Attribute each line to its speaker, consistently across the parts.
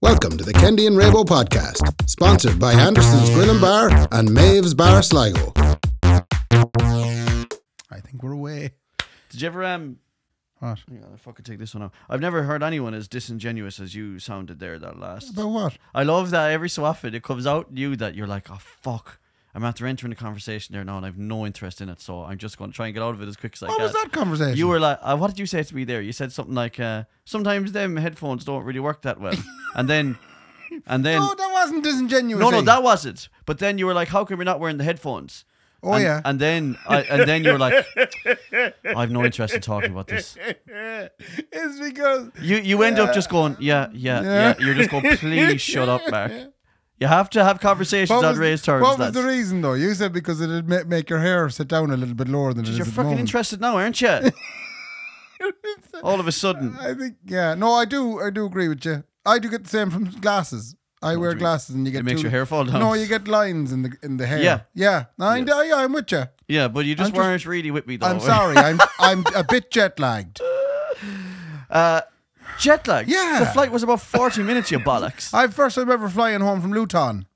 Speaker 1: Welcome to the Kendi and Rabo podcast, sponsored by Anderson's Grill and Bar and Maeve's Bar Sligo.
Speaker 2: I think we're away.
Speaker 3: Did you ever um?
Speaker 2: What?
Speaker 3: Hang on, I fucking take this one out. I've never heard anyone as disingenuous as you sounded there. That last.
Speaker 2: About what?
Speaker 3: I love that every so often it comes out in you that you're like, oh fuck. I'm after entering the conversation there now, and I've no interest in it, so I'm just going to try and get out of it as quick as I
Speaker 2: What
Speaker 3: can.
Speaker 2: was that conversation?
Speaker 3: You were like, uh, what did you say to me there? You said something like, uh, sometimes them headphones don't really work that well, and then, and then,
Speaker 2: No, Oh, that wasn't disingenuous.
Speaker 3: no, no,
Speaker 2: eh?
Speaker 3: that wasn't. But then you were like, how come you're not wearing the headphones?
Speaker 2: Oh
Speaker 3: and,
Speaker 2: yeah.
Speaker 3: And then, I, and then you were like, I've no interest in talking about this.
Speaker 2: it's because
Speaker 3: You you end up just going, yeah, yeah, yeah.
Speaker 2: Yeah.
Speaker 3: You're just going, please shut up, Mark. You have to have conversations on
Speaker 2: was,
Speaker 3: raised terms.
Speaker 2: what was
Speaker 3: lads.
Speaker 2: the reason though? You said because it'd ma- make your hair sit down a little bit lower than it is
Speaker 3: You're
Speaker 2: at the
Speaker 3: fucking
Speaker 2: moment.
Speaker 3: interested now, aren't you? All of a sudden,
Speaker 2: I think yeah. No, I do. I do agree with you. I do get the same from glasses. I wear
Speaker 3: you-
Speaker 2: glasses, and you get
Speaker 3: it makes
Speaker 2: two-
Speaker 3: your hair fall down.
Speaker 2: No, you get lines in the in the hair.
Speaker 3: Yeah.
Speaker 2: yeah. No, I, I, am with you.
Speaker 3: yeah, but you just
Speaker 2: I'm just-
Speaker 3: weren't really with me though.
Speaker 2: I'm sorry. I'm I'm a bit jet lagged.
Speaker 3: Jet lag.
Speaker 2: Yeah.
Speaker 3: the flight was about forty minutes. You bollocks.
Speaker 2: I first time ever flying home from Luton.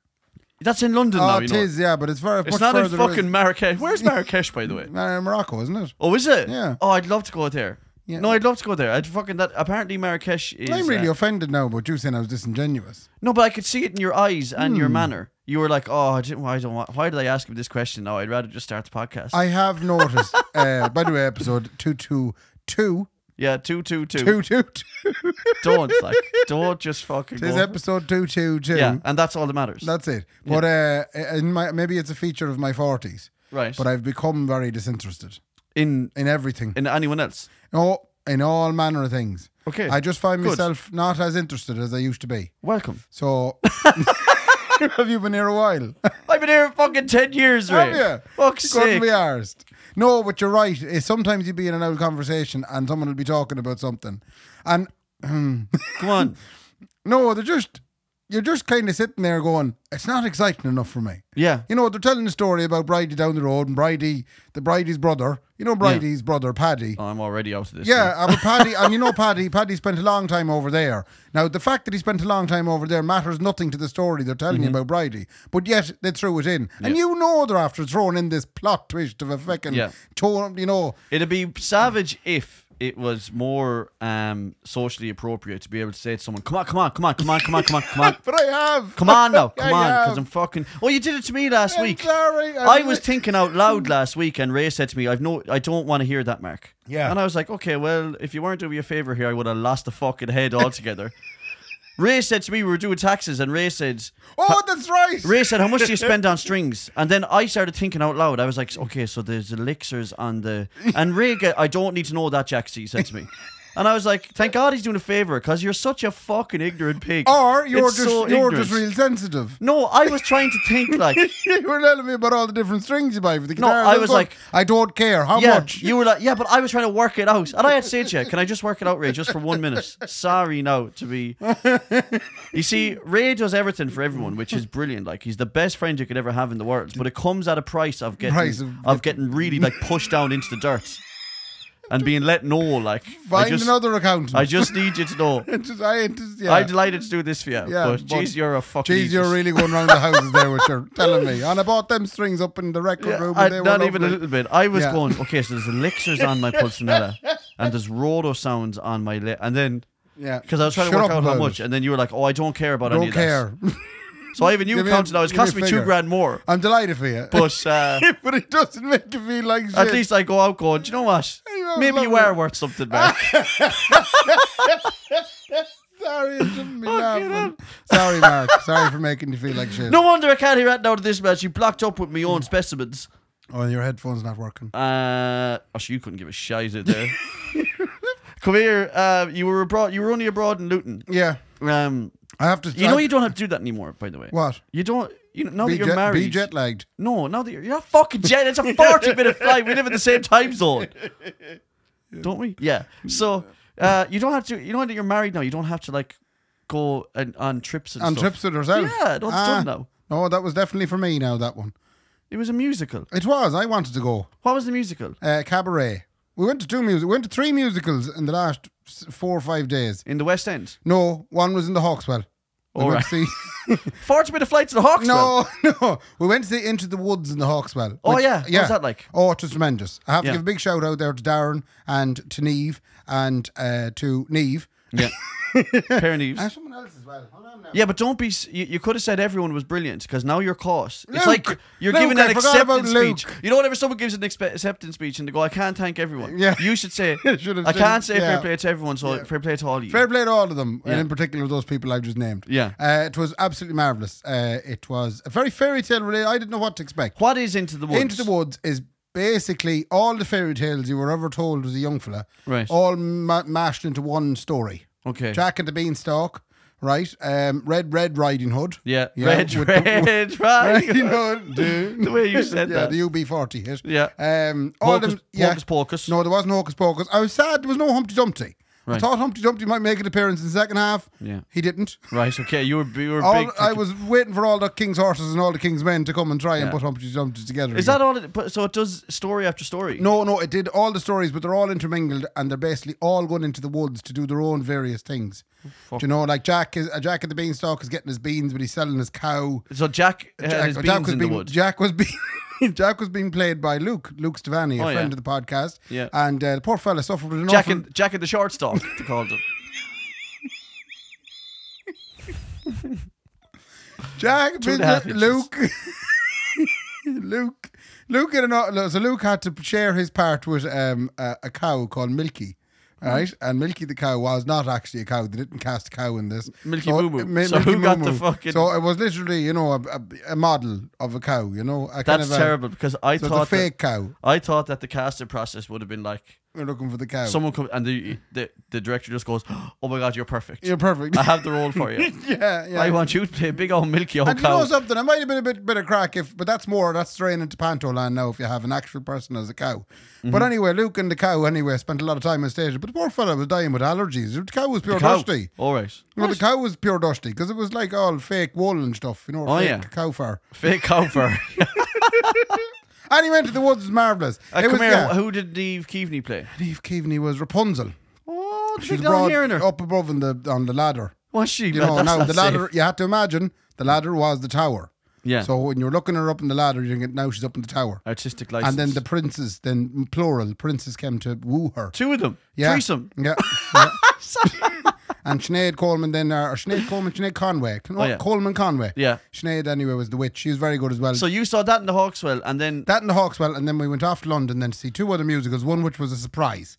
Speaker 3: That's in London
Speaker 2: Oh,
Speaker 3: now. You
Speaker 2: it
Speaker 3: know.
Speaker 2: is. Yeah, but it's very.
Speaker 3: It's
Speaker 2: much
Speaker 3: not in
Speaker 2: further away.
Speaker 3: fucking Marrakesh. Where's Marrakesh, by the way?
Speaker 2: Uh, Morocco, isn't it?
Speaker 3: Oh, is it?
Speaker 2: Yeah.
Speaker 3: Oh, I'd love to go there.
Speaker 2: Yeah.
Speaker 3: No, I'd love to go there. I'd fucking that. Apparently, Marrakesh is.
Speaker 2: I'm really
Speaker 3: uh,
Speaker 2: offended now about you saying I was disingenuous.
Speaker 3: No, but I could see it in your eyes and
Speaker 2: Hmm.
Speaker 3: your manner. You were like, "Oh, I didn't. Why don't? Want, why did I ask him this question? Now I'd rather just start the podcast."
Speaker 2: I have noticed, uh, by the way, episode 222.
Speaker 3: yeah, two, two, two.
Speaker 2: 222.
Speaker 3: Don't like, don't just fucking.
Speaker 2: This
Speaker 3: go.
Speaker 2: episode 222.
Speaker 3: Yeah, and that's all that matters.
Speaker 2: That's it. But uh, in my, maybe it's a feature of my 40s,
Speaker 3: right.
Speaker 2: but I've become very disinterested
Speaker 3: in
Speaker 2: in everything.
Speaker 3: in anyone else.
Speaker 2: oh, in all manner of things.
Speaker 3: Okay.
Speaker 2: I just find
Speaker 3: Good.
Speaker 2: myself not as interested as I used to be.
Speaker 3: Welcome.
Speaker 2: So, have you been here a while?
Speaker 3: I've been here fucking ten years, right?
Speaker 2: Have you?
Speaker 3: Fuck's
Speaker 2: Couldn't
Speaker 3: sake.
Speaker 2: be arsed. No, but you're right. Eh, Sometimes you be in an old conversation and someone will be talking about something. And
Speaker 3: Come on.
Speaker 2: no, they're just, you're just kind of sitting there going, it's not exciting enough for me.
Speaker 3: Yeah.
Speaker 2: You know, they're telling a story about Bridie down the road and Bridie, the Bridie's brother, you know, Bridie's brother, Paddy.
Speaker 3: Oh, I'm already out of this.
Speaker 2: Yeah,
Speaker 3: now.
Speaker 2: uh, but Paddy, and you know Paddy, Paddy spent a long time over there. Now, the fact that he spent a long time over there matters nothing to the story they're telling
Speaker 3: Mm-hmm.
Speaker 2: you about Bridie, but yet they threw it in. And you know they're after throwing in this plot twist of a fucking
Speaker 3: Yeah.
Speaker 2: torn, you know.
Speaker 3: It'd be savage if it was more um socially appropriate to be able to say to someone, "Come on, come on, come on, come on, come on, come on, come on."
Speaker 2: But I have.
Speaker 3: Come on now,
Speaker 2: I
Speaker 3: come on, because
Speaker 2: have.
Speaker 3: I'm fucking. Oh, you did it to me last
Speaker 2: I'm
Speaker 3: week.
Speaker 2: sorry,
Speaker 3: I,
Speaker 2: I
Speaker 3: was
Speaker 2: did-
Speaker 3: thinking out loud last week, and Ray said to me, "I've no, I don't want to hear that, Mark."
Speaker 2: Yeah.
Speaker 3: And I was like, "Okay, well, if you weren't doing me a favor here, I would have lost the fucking head altogether." Ray said to me, "We were doing taxes," and Ray said,
Speaker 2: Oh, that's right.
Speaker 3: Ray said, "How much do you spend on strings?" And then I started thinking out loud. I was like, "Okay, so there's elixirs on the." And Ray, get, I don't need to know that, Jack. He said to me, and I was like, "Thank God he's doing a favor, because you're such a fucking ignorant pig."
Speaker 2: or you're
Speaker 3: It's
Speaker 2: just
Speaker 3: so
Speaker 2: you're
Speaker 3: ignorant.
Speaker 2: just real sensitive.
Speaker 3: No, I was trying to think like,
Speaker 2: you were telling me about all the different strings you buy for the
Speaker 3: No,
Speaker 2: guitar.
Speaker 3: I
Speaker 2: That's
Speaker 3: was
Speaker 2: all.
Speaker 3: like-
Speaker 2: I don't care how
Speaker 3: yeah,
Speaker 2: much.
Speaker 3: you were like, yeah, but I was trying to work it out, and I had said to you, "Can I just work it out, Ray, just for one minute?" Sorry, now to be. You see, Ray does everything for everyone, which is brilliant. Like he's the best friend you could ever have in the world, but it comes at a price of getting
Speaker 2: Price
Speaker 3: of,
Speaker 2: of-
Speaker 3: getting really like pushed down into the dirt and being let know. Like I
Speaker 2: Find
Speaker 3: just,
Speaker 2: another accountant.
Speaker 3: I just need you to know.
Speaker 2: just, I, ain't just, yeah.
Speaker 3: I'm delighted to do this for you, but jeez, you're a fucking.
Speaker 2: Jeez, you're
Speaker 3: idiot.
Speaker 2: really going round the houses there with your telling me. And I bought them strings up in the record
Speaker 3: Yeah,
Speaker 2: room. And
Speaker 3: I-
Speaker 2: they were
Speaker 3: not even a
Speaker 2: lovely.
Speaker 3: little bit. I was
Speaker 2: Yeah.
Speaker 3: going, okay, so there's elixirs on my pulcinella and there's rodo sounds on my lip. And then,
Speaker 2: Yeah,
Speaker 3: because I was trying to
Speaker 2: Shut
Speaker 3: work
Speaker 2: up
Speaker 3: out how
Speaker 2: about
Speaker 3: much.
Speaker 2: it.
Speaker 3: And then you were like, oh, I don't care about
Speaker 2: Don't
Speaker 3: any of
Speaker 2: care.
Speaker 3: that. So I have a new
Speaker 2: Give me a-
Speaker 3: account now. It's
Speaker 2: give me a
Speaker 3: cost me two
Speaker 2: figure.
Speaker 3: grand more.
Speaker 2: I'm delighted for you.
Speaker 3: But uh,
Speaker 2: but it doesn't make you feel like shit.
Speaker 3: at least I go out going, do you know what?
Speaker 2: You are
Speaker 3: Maybe you
Speaker 2: lovely.
Speaker 3: are worth something, man.
Speaker 2: Sorry, I shouldn't be
Speaker 3: Fucking
Speaker 2: laughing. Sorry, Mark. Sorry for making you feel like shit.
Speaker 3: no wonder I can't hear that now to this match. You blocked up with my own specimens.
Speaker 2: Oh, your headphone's not working.
Speaker 3: Uh, oh, you couldn't give a shite out there. Come here. Uh, you were abroad. You were only abroad in Luton.
Speaker 2: Yeah,
Speaker 3: Um,
Speaker 2: I have to.
Speaker 3: You know
Speaker 2: I-
Speaker 3: you don't have to do that anymore, by the way.
Speaker 2: What?
Speaker 3: You don't. You know, now
Speaker 2: be
Speaker 3: that you're
Speaker 2: jet,
Speaker 3: married.
Speaker 2: Be jet lagged.
Speaker 3: No, now that you're, you're not fucking jet. It's a forty-minute flight. We live in the same time zone, don't we? Yeah. So uh, you don't have to. You know that you're married now. You don't have to like go and, on trips and
Speaker 2: On
Speaker 3: stuff.
Speaker 2: trips with herself.
Speaker 3: Yeah, that's
Speaker 2: Ah,
Speaker 3: done now.
Speaker 2: No, that was definitely for me now, that one.
Speaker 3: It was a musical.
Speaker 2: It was. I wanted to go.
Speaker 3: What was the musical?
Speaker 2: Uh, cabaret. We went to two music. We went to three musicals in the last s- four or five days.
Speaker 3: In the West End.
Speaker 2: No, one was in the Hawkswell. We
Speaker 3: All
Speaker 2: went
Speaker 3: right.
Speaker 2: to see.
Speaker 3: Forty minute flight to the Hawks.
Speaker 2: no, no. We went to see Into the Woods in the Hawkswell.
Speaker 3: Oh,
Speaker 2: which-
Speaker 3: yeah. What was that like?
Speaker 2: Oh, it was tremendous. I have
Speaker 3: Yeah.
Speaker 2: to give a big shout out there to Darren and to Neve and uh, to Neve.
Speaker 3: Yeah. Parent Eves.
Speaker 2: And someone else as well. Hold on now.
Speaker 3: Yeah, but don't be. s- You, you could have said everyone was brilliant because now you're caught. It's
Speaker 2: Luke!
Speaker 3: like you're
Speaker 2: Luke,
Speaker 3: giving
Speaker 2: I
Speaker 3: an
Speaker 2: forgot about
Speaker 3: acceptance speech.
Speaker 2: Luke.
Speaker 3: You know, whenever someone gives an expe- acceptance speech and they go, "I can't thank everyone."
Speaker 2: Yeah.
Speaker 3: You should say,
Speaker 2: You should have
Speaker 3: "I
Speaker 2: said-
Speaker 3: can't say
Speaker 2: yeah.
Speaker 3: fair play to everyone, so fair play to all you."
Speaker 2: Fair play to all of them,
Speaker 3: Yeah.
Speaker 2: and in particular those people I just named.
Speaker 3: Yeah.
Speaker 2: Uh, it was absolutely marvelous. Uh, it was a very fairy tale related. I didn't know what to expect.
Speaker 3: What is into the woods?
Speaker 2: Into the Woods is basically all the fairy tales you were ever told as a young fella,
Speaker 3: Right.
Speaker 2: all ma- mashed into one story.
Speaker 3: Okay.
Speaker 2: Jack and the Beanstalk, right? Um, Red Red Riding Hood.
Speaker 3: yeah.
Speaker 2: Yeah,
Speaker 3: Red,
Speaker 2: with the-
Speaker 3: red, right.
Speaker 2: Riding Hood.
Speaker 3: the way you said
Speaker 2: Yeah,
Speaker 3: that.
Speaker 2: the UB40 hit.
Speaker 3: Yeah.
Speaker 2: Um, all
Speaker 3: Hocus,
Speaker 2: them, yeah.
Speaker 3: Hocus Pocus.
Speaker 2: No, there wasn't Hocus Pocus. I was sad there was no Humpty Dumpty. I
Speaker 3: Right.
Speaker 2: thought Humpty Dumpty might make an appearance in the second half.
Speaker 3: Yeah.
Speaker 2: He didn't.
Speaker 3: Right. Okay. You were you were
Speaker 2: All,
Speaker 3: big.
Speaker 2: I was waiting for all the king's horses and all the king's men to come and try and
Speaker 3: Yeah.
Speaker 2: put Humpty Dumpty together.
Speaker 3: Is
Speaker 2: again.
Speaker 3: that all? It, but- so it does story after story.
Speaker 2: No, no, it did all the stories, but they're all intermingled and they're basically all going into the woods to do their own various things. Do you know, like Jack is uh, Jack at the Beanstalk is getting his beans, but he's selling his cow.
Speaker 3: So Jack had
Speaker 2: Jack,
Speaker 3: his
Speaker 2: Jack
Speaker 3: beans
Speaker 2: was
Speaker 3: in
Speaker 2: being,
Speaker 3: the wood.
Speaker 2: Jack was being Jack was being played by Luke Luke Stavani, a
Speaker 3: Oh, yeah.
Speaker 2: friend of the podcast.
Speaker 3: Yeah.
Speaker 2: and uh, the poor fella suffered an
Speaker 3: Jack
Speaker 2: awful.
Speaker 3: and Jack and the shortstop. They called it.
Speaker 2: Jack,
Speaker 3: and a half inches.
Speaker 2: Luke, Luke, Luke had an aw- so Luke had to share his part with um, a, a cow called Milky.
Speaker 3: Mm-hmm.
Speaker 2: Right, and Milky the cow was not actually a cow. They didn't cast a cow in this.
Speaker 3: Milky
Speaker 2: So-
Speaker 3: Moo Moo.
Speaker 2: Mi-
Speaker 3: So who got the
Speaker 2: Moo.
Speaker 3: fucking-
Speaker 2: So it was literally, you know, a, a, a model of a cow. You know, a kind
Speaker 3: That's
Speaker 2: of a,
Speaker 3: terrible because I
Speaker 2: So it's a
Speaker 3: thought that,
Speaker 2: fake cow.
Speaker 3: I thought that the casting process would have been like
Speaker 2: We're looking for the cow.
Speaker 3: someone comes and the, the the director just goes, "Oh my god, you're perfect.
Speaker 2: You're perfect.
Speaker 3: I have the role for you.
Speaker 2: yeah, yeah.
Speaker 3: I want you to play big old milky old
Speaker 2: And you know
Speaker 3: cow."
Speaker 2: something? It might have been a bit bit of crack, if but that's more that's straying into panto land now if you have an actual person as a cow.
Speaker 3: Mm-hmm.
Speaker 2: But anyway, Luke and the cow anyway spent a lot of time in station. But the poor fella was dying with allergies. The cow was pure
Speaker 3: Cow.
Speaker 2: dusty.
Speaker 3: All right.
Speaker 2: Well, the cow was pure dusty because it was like all fake wool and stuff, you know,
Speaker 3: Oh,
Speaker 2: fake
Speaker 3: yeah.
Speaker 2: cow fur.
Speaker 3: Fake cow fur. Uh,
Speaker 2: And he went to the woods, it was marvellous.
Speaker 3: Uh,
Speaker 2: it
Speaker 3: come
Speaker 2: was,
Speaker 3: here.
Speaker 2: yeah.
Speaker 3: Who did Neve Keaveney play?
Speaker 2: Neve Keaveney was Rapunzel.
Speaker 3: Oh, the
Speaker 2: She was
Speaker 3: big long
Speaker 2: brought
Speaker 3: hair in her.
Speaker 2: up above in the, on the ladder.
Speaker 3: Was she?
Speaker 2: You
Speaker 3: Man,
Speaker 2: know,
Speaker 3: that's
Speaker 2: now
Speaker 3: not
Speaker 2: the
Speaker 3: safe.
Speaker 2: ladder, you had to imagine the ladder was the tower.
Speaker 3: Yeah.
Speaker 2: So when you're looking her up in the ladder, you think now she's up in the tower.
Speaker 3: Artistic license.
Speaker 2: And then the princes, then plural, princes came to woo her.
Speaker 3: two of them.
Speaker 2: Yeah.
Speaker 3: Threesome.
Speaker 2: Yeah. yeah. and Sinead Coleman then, uh, or Sinead Coleman, Sinead Conway. Con-
Speaker 3: Oh, yeah.
Speaker 2: Coleman Conway.
Speaker 3: Yeah.
Speaker 2: Sinead, anyway, was the witch. She was very good as well.
Speaker 3: So you saw that in the Hawkswell, and then
Speaker 2: that and the Hawkswell, and then we went off to London then to see two other musicals, one which was a surprise.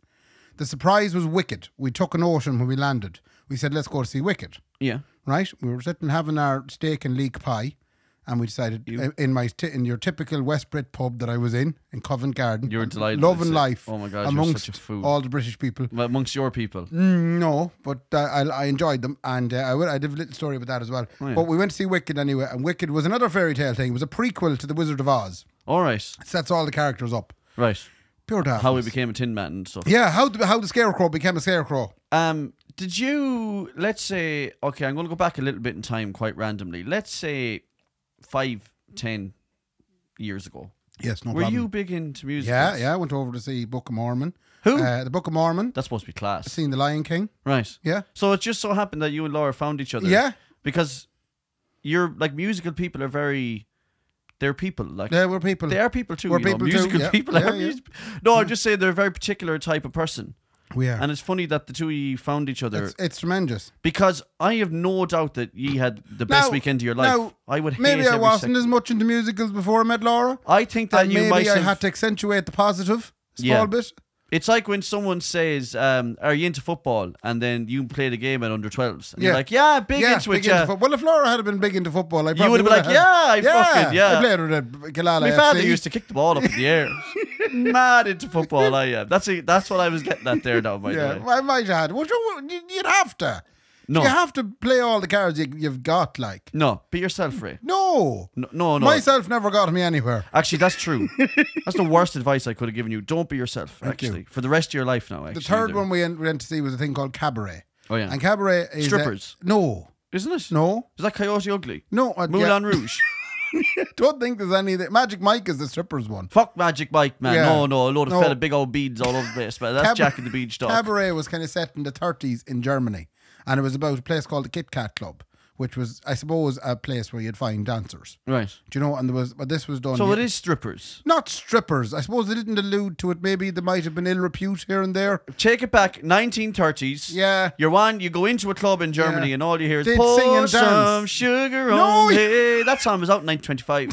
Speaker 2: The surprise was Wicked. We took an ocean when we landed. We said, let's go to see Wicked
Speaker 3: yeah,
Speaker 2: right? We were sitting having our steak and leek pie, and we decided uh, in my t- in your typical West Brit pub that I was in in Covent Garden,
Speaker 3: You were
Speaker 2: uh,
Speaker 3: delighted,
Speaker 2: loving
Speaker 3: is it?
Speaker 2: life.
Speaker 3: Oh my God, you're
Speaker 2: amongst
Speaker 3: such a fool.
Speaker 2: all the British people.
Speaker 3: well, amongst your people.
Speaker 2: Mm, no, but uh, I, I enjoyed them, and uh, I will. I did a little story about that as well.
Speaker 3: Oh, yeah.
Speaker 2: But we went to see Wicked anyway, and Wicked was another fairy tale thing. It was a prequel to The Wizard of Oz.
Speaker 3: All right,
Speaker 2: It sets all the characters up.
Speaker 3: right.
Speaker 2: Pure daft.
Speaker 3: How we became a Tin Man and stuff.
Speaker 2: Yeah, how the, how the scarecrow became a scarecrow.
Speaker 3: Um, did you? Let's say okay. I'm going to go back a little bit in time, quite randomly. Let's say five, ten years ago.
Speaker 2: Yes, no
Speaker 3: Were
Speaker 2: problem.
Speaker 3: you big into music?
Speaker 2: Yeah, yeah. I went over to see Book of Mormon.
Speaker 3: Who?
Speaker 2: Uh, the Book of Mormon.
Speaker 3: That's supposed to be class,
Speaker 2: Seen The Lion King.
Speaker 3: right?
Speaker 2: Yeah.
Speaker 3: So it just so happened that you and Laura found each other.
Speaker 2: Yeah.
Speaker 3: Because you're like musical people are very, they're people like
Speaker 2: Yeah, we're people.
Speaker 3: they are people too.
Speaker 2: We're
Speaker 3: you know,
Speaker 2: people too,
Speaker 3: musical
Speaker 2: yeah,
Speaker 3: people
Speaker 2: yeah,
Speaker 3: are
Speaker 2: yeah.
Speaker 3: mus- No, I'm just saying they're a very particular type of person.
Speaker 2: We are.
Speaker 3: And it's funny that the two of you found each other
Speaker 2: it's, it's tremendous.
Speaker 3: because I have no doubt that ye had the best
Speaker 2: Now-
Speaker 3: weekend of your life.
Speaker 2: now,
Speaker 3: I would hate
Speaker 2: Maybe I
Speaker 3: every
Speaker 2: wasn't
Speaker 3: second.
Speaker 2: as much into musicals before I met Laura.
Speaker 3: I think that
Speaker 2: and
Speaker 3: you
Speaker 2: maybe
Speaker 3: might
Speaker 2: I
Speaker 3: have-
Speaker 2: had to accentuate the positive a small
Speaker 3: Yeah.
Speaker 2: bit.
Speaker 3: It's like when someone says, um, "Are you into football?" and then you play the game at under 12s, and you're
Speaker 2: Yeah.
Speaker 3: like, "Yeah, big
Speaker 2: yeah,
Speaker 3: into
Speaker 2: big into
Speaker 3: it, yeah."
Speaker 2: fo- Well, if Laura had been big into football, I probably
Speaker 3: would've been
Speaker 2: would've
Speaker 3: like,
Speaker 2: had-
Speaker 3: "Yeah, I fucking- yeah."
Speaker 2: I played with at Galala
Speaker 3: My
Speaker 2: FC.
Speaker 3: father used to kick the ball up in the air. Mad into football, I am. That's a, that's what I was getting at there now. By
Speaker 2: Yeah,
Speaker 3: the way,
Speaker 2: I might have. Well, you, you- you'd have to.
Speaker 3: No.
Speaker 2: You have to play all the cards you, you've got, like.
Speaker 3: no, be yourself, Ray.
Speaker 2: No.
Speaker 3: No, no, no.
Speaker 2: Myself never got me anywhere.
Speaker 3: Actually, that's true. that's the worst advice I could have given you. Don't be yourself.
Speaker 2: you.
Speaker 3: actually, for the rest of your life now. Actually,
Speaker 2: The third
Speaker 3: there.
Speaker 2: one we went went to see was a thing called Cabaret.
Speaker 3: Oh yeah,
Speaker 2: And Cabaret is. a-
Speaker 3: Strippers.
Speaker 2: no.
Speaker 3: isn't it?
Speaker 2: No.
Speaker 3: is that Coyote Ugly?
Speaker 2: No. uh, yeah.
Speaker 3: Moulin Rouge.
Speaker 2: Don't think there's any. That. Magic Mike is the strippers one.
Speaker 3: Fuck Magic Mike, man.
Speaker 2: Yeah.
Speaker 3: No, no, a load of
Speaker 2: No.
Speaker 3: fella big old beads all over the place, man. That's
Speaker 2: Cab-
Speaker 3: Jack and the Beach Dog.
Speaker 2: Cabaret was kind of set in the 30s in Germany, and it was about a place called the Kit Kat Club, which was, I suppose, a place where you'd find dancers.
Speaker 3: Right.
Speaker 2: Do you know? And there was, but this was done.
Speaker 3: So it is strippers.
Speaker 2: not strippers. I suppose they didn't allude to it. Maybe they might have been ill repute here and there.
Speaker 3: Take it back, 1930s.
Speaker 2: Yeah.
Speaker 3: You're one, you go into a club in Germany
Speaker 2: Yeah.
Speaker 3: and all you hear is
Speaker 2: They'd
Speaker 3: pour
Speaker 2: sing and dance."
Speaker 3: some sugar
Speaker 2: No,
Speaker 3: on
Speaker 2: you-
Speaker 3: me. That song was out in 1925.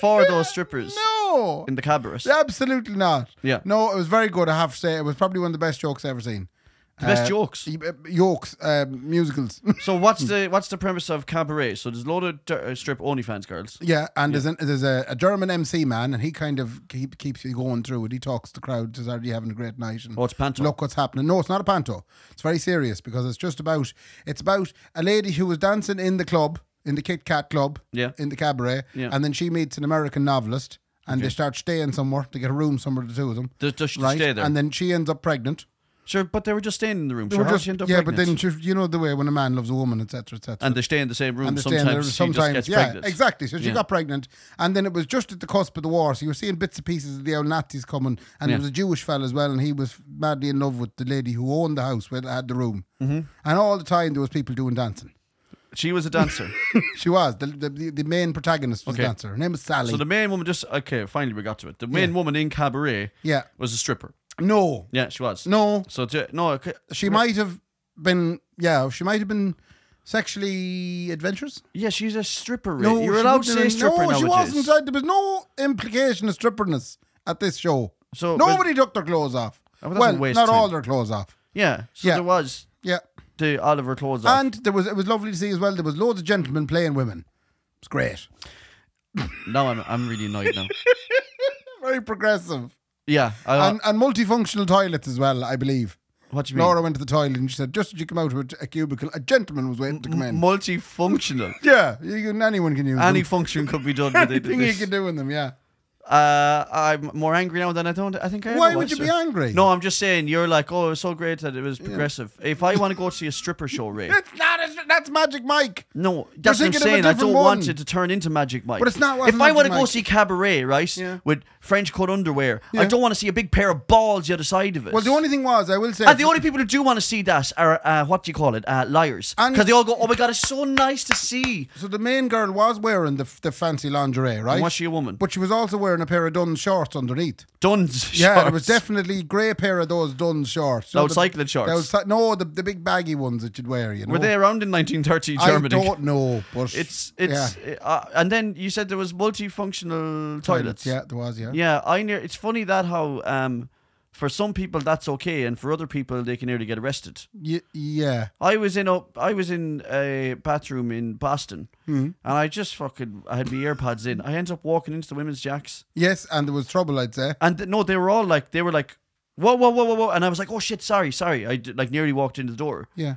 Speaker 3: For those strippers
Speaker 2: No,
Speaker 3: in the cabarets.
Speaker 2: absolutely not.
Speaker 3: Yeah.
Speaker 2: No, it was very good. I have to say, it was probably one of the best jokes I've ever seen.
Speaker 3: The best
Speaker 2: Uh,
Speaker 3: jokes.
Speaker 2: y- uh, Jokes, uh, musicals.
Speaker 3: So what's the what's the premise of cabaret? So there's a load of dir- uh, strip OnlyFans girls.
Speaker 2: Yeah, and there's, an, there's a, a German MC man, and he kind of keep, keeps you going through it. He talks to the crowd, says, "Are you having a great night?" And
Speaker 3: Oh, it's panto.
Speaker 2: Look what's happening. No, it's not a panto. It's very serious because it's just about it's about a lady who was dancing in the club, in the Kit Kat club,
Speaker 3: Yeah.
Speaker 2: in the cabaret,
Speaker 3: Yeah.
Speaker 2: and then she meets an American novelist, and they start staying somewhere. They get a room somewhere the two of them.
Speaker 3: Does, does she
Speaker 2: Right,
Speaker 3: stay there?
Speaker 2: and then she ends up pregnant.
Speaker 3: sure, but they were just staying in the room.
Speaker 2: They
Speaker 3: Sure,
Speaker 2: were
Speaker 3: how'd
Speaker 2: just-
Speaker 3: she end up
Speaker 2: yeah, but
Speaker 3: pregnant?
Speaker 2: then she, you know the way when a man loves a woman, etc., etc.
Speaker 3: and they stay in the same room.
Speaker 2: And they stay in
Speaker 3: Sometimes,
Speaker 2: there,
Speaker 3: she just gets
Speaker 2: yeah,
Speaker 3: pregnant.
Speaker 2: exactly. So she
Speaker 3: Yeah.
Speaker 2: got pregnant, and then it was just at the cusp of the war. So you were seeing bits and pieces of the old Nazis coming, and
Speaker 3: Yeah.
Speaker 2: there was a Jewish fella as well, and he was madly in love with the lady who owned the house where they had the room, mm-hmm. and all the time there was people doing dancing.
Speaker 3: She was a dancer.
Speaker 2: She was the the, the, the main protagonist was
Speaker 3: Okay.
Speaker 2: a dancer. Her name was Sally.
Speaker 3: so the main woman just okay. Finally, we got to it. The main woman in cabaret
Speaker 2: yeah,
Speaker 3: was a stripper.
Speaker 2: no,
Speaker 3: Yeah, she was.
Speaker 2: no,
Speaker 3: So to, no, okay.
Speaker 2: she might have been. Yeah, she might have been sexually adventurous.
Speaker 3: yeah, she's a stripper.
Speaker 2: No,
Speaker 3: No, you're
Speaker 2: she
Speaker 3: allowed
Speaker 2: wouldn't
Speaker 3: to
Speaker 2: have
Speaker 3: say
Speaker 2: been-
Speaker 3: stripper
Speaker 2: No,
Speaker 3: nowadays.
Speaker 2: she wasn't. uh, Like, There was no implication of stripperness at this show.
Speaker 3: So-
Speaker 2: nobody took their clothes off.
Speaker 3: Oh, but that's a
Speaker 2: well,
Speaker 3: waste
Speaker 2: not
Speaker 3: time.
Speaker 2: all their clothes off.
Speaker 3: Yeah. So
Speaker 2: Yeah.
Speaker 3: there was
Speaker 2: Yeah,
Speaker 3: the Oliver clothes off.
Speaker 2: and there was it was lovely to see as well. There was loads of gentlemen playing women. It's great.
Speaker 3: now I'm I'm really annoyed now.
Speaker 2: Very progressive
Speaker 3: Yeah. I,
Speaker 2: and and multifunctional toilets as well. I believe.
Speaker 3: what do Uh, you mean?
Speaker 2: Laura went to the toilet and she said, just as you come out of a- a cubicle, a gentleman was waiting to come in.
Speaker 3: Multifunctional.
Speaker 2: yeah, you can, anyone can use
Speaker 3: Any
Speaker 2: them.
Speaker 3: function could be done with it.
Speaker 2: Anything you can do in them. Yeah.
Speaker 3: Uh, I'm more angry now than I don't. I think I. ever
Speaker 2: Why would
Speaker 3: was,
Speaker 2: you be
Speaker 3: sir.
Speaker 2: angry?
Speaker 3: No, I'm just saying you're like, oh, it was so great that it was progressive. If I want to go see a stripper show, Ray,
Speaker 2: it's not. A, that's Magic Mike.
Speaker 3: no, that's what I'm
Speaker 2: thinking of a
Speaker 3: saying. I don't
Speaker 2: different
Speaker 3: want
Speaker 2: one.
Speaker 3: it to turn into Magic Mike.
Speaker 2: But it's not-
Speaker 3: If
Speaker 2: wasn't
Speaker 3: I want to
Speaker 2: Magic
Speaker 3: go
Speaker 2: Mike.
Speaker 3: see cabaret, right,
Speaker 2: Yeah.
Speaker 3: with French cut underwear, I
Speaker 2: Yeah.
Speaker 3: don't want to see a big pair of balls the other side of it.
Speaker 2: Well, the only thing was, I will say,
Speaker 3: and the only people who do want to see that are uh, what do you call it? Uh, liars,
Speaker 2: And-
Speaker 3: because they all go, "Oh my god, it's so nice to see."
Speaker 2: So the main girl was wearing the, the fancy lingerie, right?
Speaker 3: was she a woman?
Speaker 2: But she was also wearing a pair of Dunn shorts underneath.
Speaker 3: Duns.
Speaker 2: Yeah,
Speaker 3: shorts.
Speaker 2: it was definitely grey pair of those Dunn shorts.
Speaker 3: Those
Speaker 2: the-
Speaker 3: cycling shorts.
Speaker 2: those cy- no, the, the big baggy ones that you'd wear. You know,
Speaker 3: Were they around in 1930
Speaker 2: I
Speaker 3: Germany?
Speaker 2: don't know, but
Speaker 3: It's it's
Speaker 2: yeah.
Speaker 3: uh, and then you said there was multifunctional toilets.
Speaker 2: Yeah, there was. Yeah.
Speaker 3: Yeah, I near. It's funny that how um, for some people that's okay, and for other people they can nearly get arrested.
Speaker 2: Y- yeah.
Speaker 3: I was in a I was in a bathroom in Boston,
Speaker 2: Hmm.
Speaker 3: and I just fucking I had my earpads in. I ended up walking into the women's jacks,
Speaker 2: Yes, and there was trouble. I'd say.
Speaker 3: and th- no, they were all like they were like. Whoa, whoa, whoa, whoa, whoa. And I was like, oh shit, sorry, sorry. I d- like nearly walked into the door.
Speaker 2: Yeah.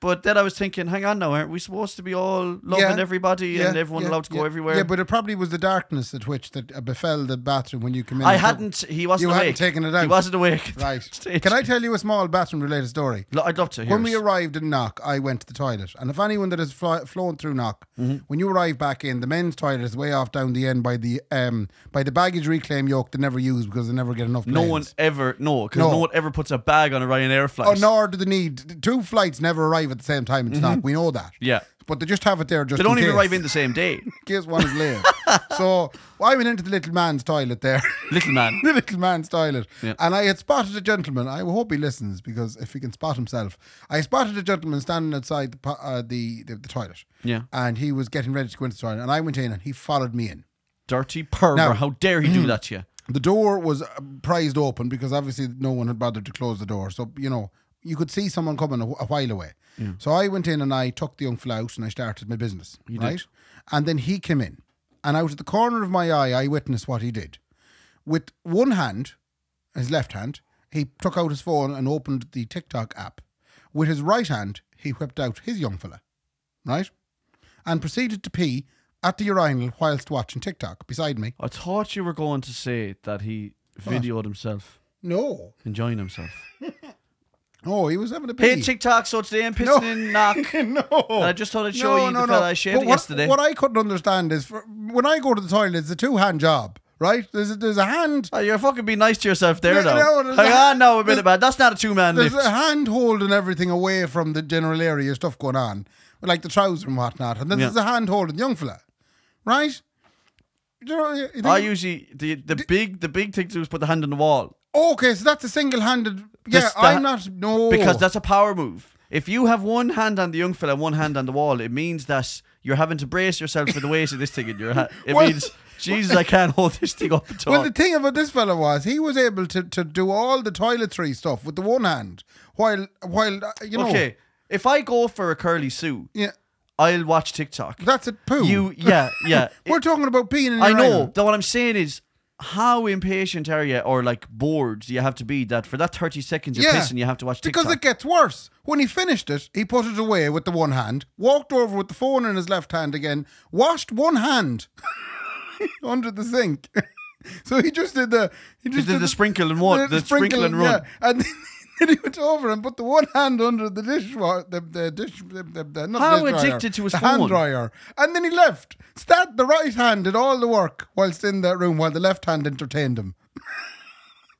Speaker 3: But then I was thinking, hang on now, aren't we supposed to be all loving
Speaker 2: Yeah.
Speaker 3: everybody and
Speaker 2: yeah,
Speaker 3: everyone
Speaker 2: yeah,
Speaker 3: allowed to go
Speaker 2: yeah.
Speaker 3: everywhere?
Speaker 2: Yeah, but it probably was the darkness at which that uh, befell the bathroom when you came in.
Speaker 3: I
Speaker 2: It took-
Speaker 3: hadn't. He wasn't
Speaker 2: You
Speaker 3: awake.
Speaker 2: hadn't taken it out.
Speaker 3: He wasn't awake.
Speaker 2: Right. Can I tell you a small bathroom related story?
Speaker 3: L- I'd love to hear.
Speaker 2: When we
Speaker 3: it.
Speaker 2: arrived in Knock, I went to the toilet. And if anyone that has fly, flown through Knock,
Speaker 3: Mm-hmm.
Speaker 2: when you arrive back in, the men's toilet is way off down the end by the um by the baggage reclaim yoke they never use because they never get enough.
Speaker 3: no
Speaker 2: planes.
Speaker 3: one ever no, because
Speaker 2: No.
Speaker 3: no. one ever puts a bag on a Ryanair flight.
Speaker 2: Oh, nor do they need two flights never arrive at the same time. It's not. We know that.
Speaker 3: Mm-hmm. Yeah.
Speaker 2: But they just have it there just.
Speaker 3: They don't
Speaker 2: in
Speaker 3: even
Speaker 2: case.
Speaker 3: arrive in the same day.
Speaker 2: In case one is late. so I went into the little man's toilet there.
Speaker 3: Little man.
Speaker 2: the little man's toilet.
Speaker 3: Yeah.
Speaker 2: And I had spotted a gentleman. I hope he listens because if he can spot himself, I spotted a gentleman standing outside the po- uh, the, the the toilet.
Speaker 3: Yeah.
Speaker 2: And he was getting ready to go into the toilet, and I went in, and he followed me in.
Speaker 3: Dirty pervert.
Speaker 2: Now-
Speaker 3: How dare he do that to you?
Speaker 2: The door was uh, prized open because obviously no one had bothered to close the door. So, you know, you could see someone coming a, wh- a while away. So I went in and I took the young fella out and I started my business.
Speaker 3: You did.
Speaker 2: right? And then he came in. And out of the corner of my eye, I witnessed what he did. With one hand, his left hand, he took out his phone and opened the TikTok app. With his right hand, he whipped out his young fella, right? And proceeded to pee at the urinal whilst watching TikTok beside me.
Speaker 3: I thought you were going to say that he videoed himself
Speaker 2: No.
Speaker 3: enjoying himself.
Speaker 2: Oh, he was having a pee.
Speaker 3: Hey TikTok, so today I'm pissing in knock.
Speaker 2: no.
Speaker 3: And I just thought I'd show you the fella I shaved
Speaker 2: But
Speaker 3: it
Speaker 2: what,
Speaker 3: yesterday.
Speaker 2: What I couldn't understand is for, when I go to the toilet, it's a two hand job, right? There's a, there's a hand.
Speaker 3: Oh, you're fucking being nice to yourself there,
Speaker 2: No,
Speaker 3: though.
Speaker 2: no, there's
Speaker 3: Hang
Speaker 2: a-
Speaker 3: on now a minute, man. That's not a two man
Speaker 2: There's
Speaker 3: lift.
Speaker 2: a hand holding everything away from the general area stuff going on, like the trousers and whatnot. And then
Speaker 3: Yeah.
Speaker 2: there's a hand holding the young fella, right? You know, you think-
Speaker 3: I usually the the big the big thing to do is put the hand on the wall
Speaker 2: okay, so that's a single-handed. Yeah,
Speaker 3: That's the-
Speaker 2: I'm not. No,
Speaker 3: because that's a power move. If you have one hand on the young fella and one hand on the wall, it means that you're having to brace yourself for the weight of this thing in your hand. It
Speaker 2: Well-
Speaker 3: means Jesus, I can't hold this thing up at all.
Speaker 2: Well, the thing about this fella was he was able to, to do all the toiletry stuff with the one hand, while while uh, you know,
Speaker 3: okay, if I go for a curly sue,
Speaker 2: yeah,
Speaker 3: I'll watch TikTok.
Speaker 2: that's a poo.
Speaker 3: You, yeah, yeah.
Speaker 2: We're talking about peeing in
Speaker 3: I
Speaker 2: your
Speaker 3: know.
Speaker 2: anus.
Speaker 3: Though what I'm saying is, how impatient are you, or like bored do you have to be that for that 30 seconds of
Speaker 2: Yeah.
Speaker 3: pissing you have to watch TikTok?
Speaker 2: Because it gets worse. When he finished it, he put it away with the one hand, walked over with the phone in his left hand again, washed one hand under the sink. so he just did the he just
Speaker 3: did the sprinkle and one- the sprinkle and run.
Speaker 2: yeah. and then he went over and put the one hand under the dishwasher, the, the dish, the, the, the, not
Speaker 3: How
Speaker 2: dish dryer,
Speaker 3: addicted to his
Speaker 2: the
Speaker 3: phone.
Speaker 2: hand dryer, and then he left. Stat the right hand did all the work whilst in that room, while the left hand entertained him.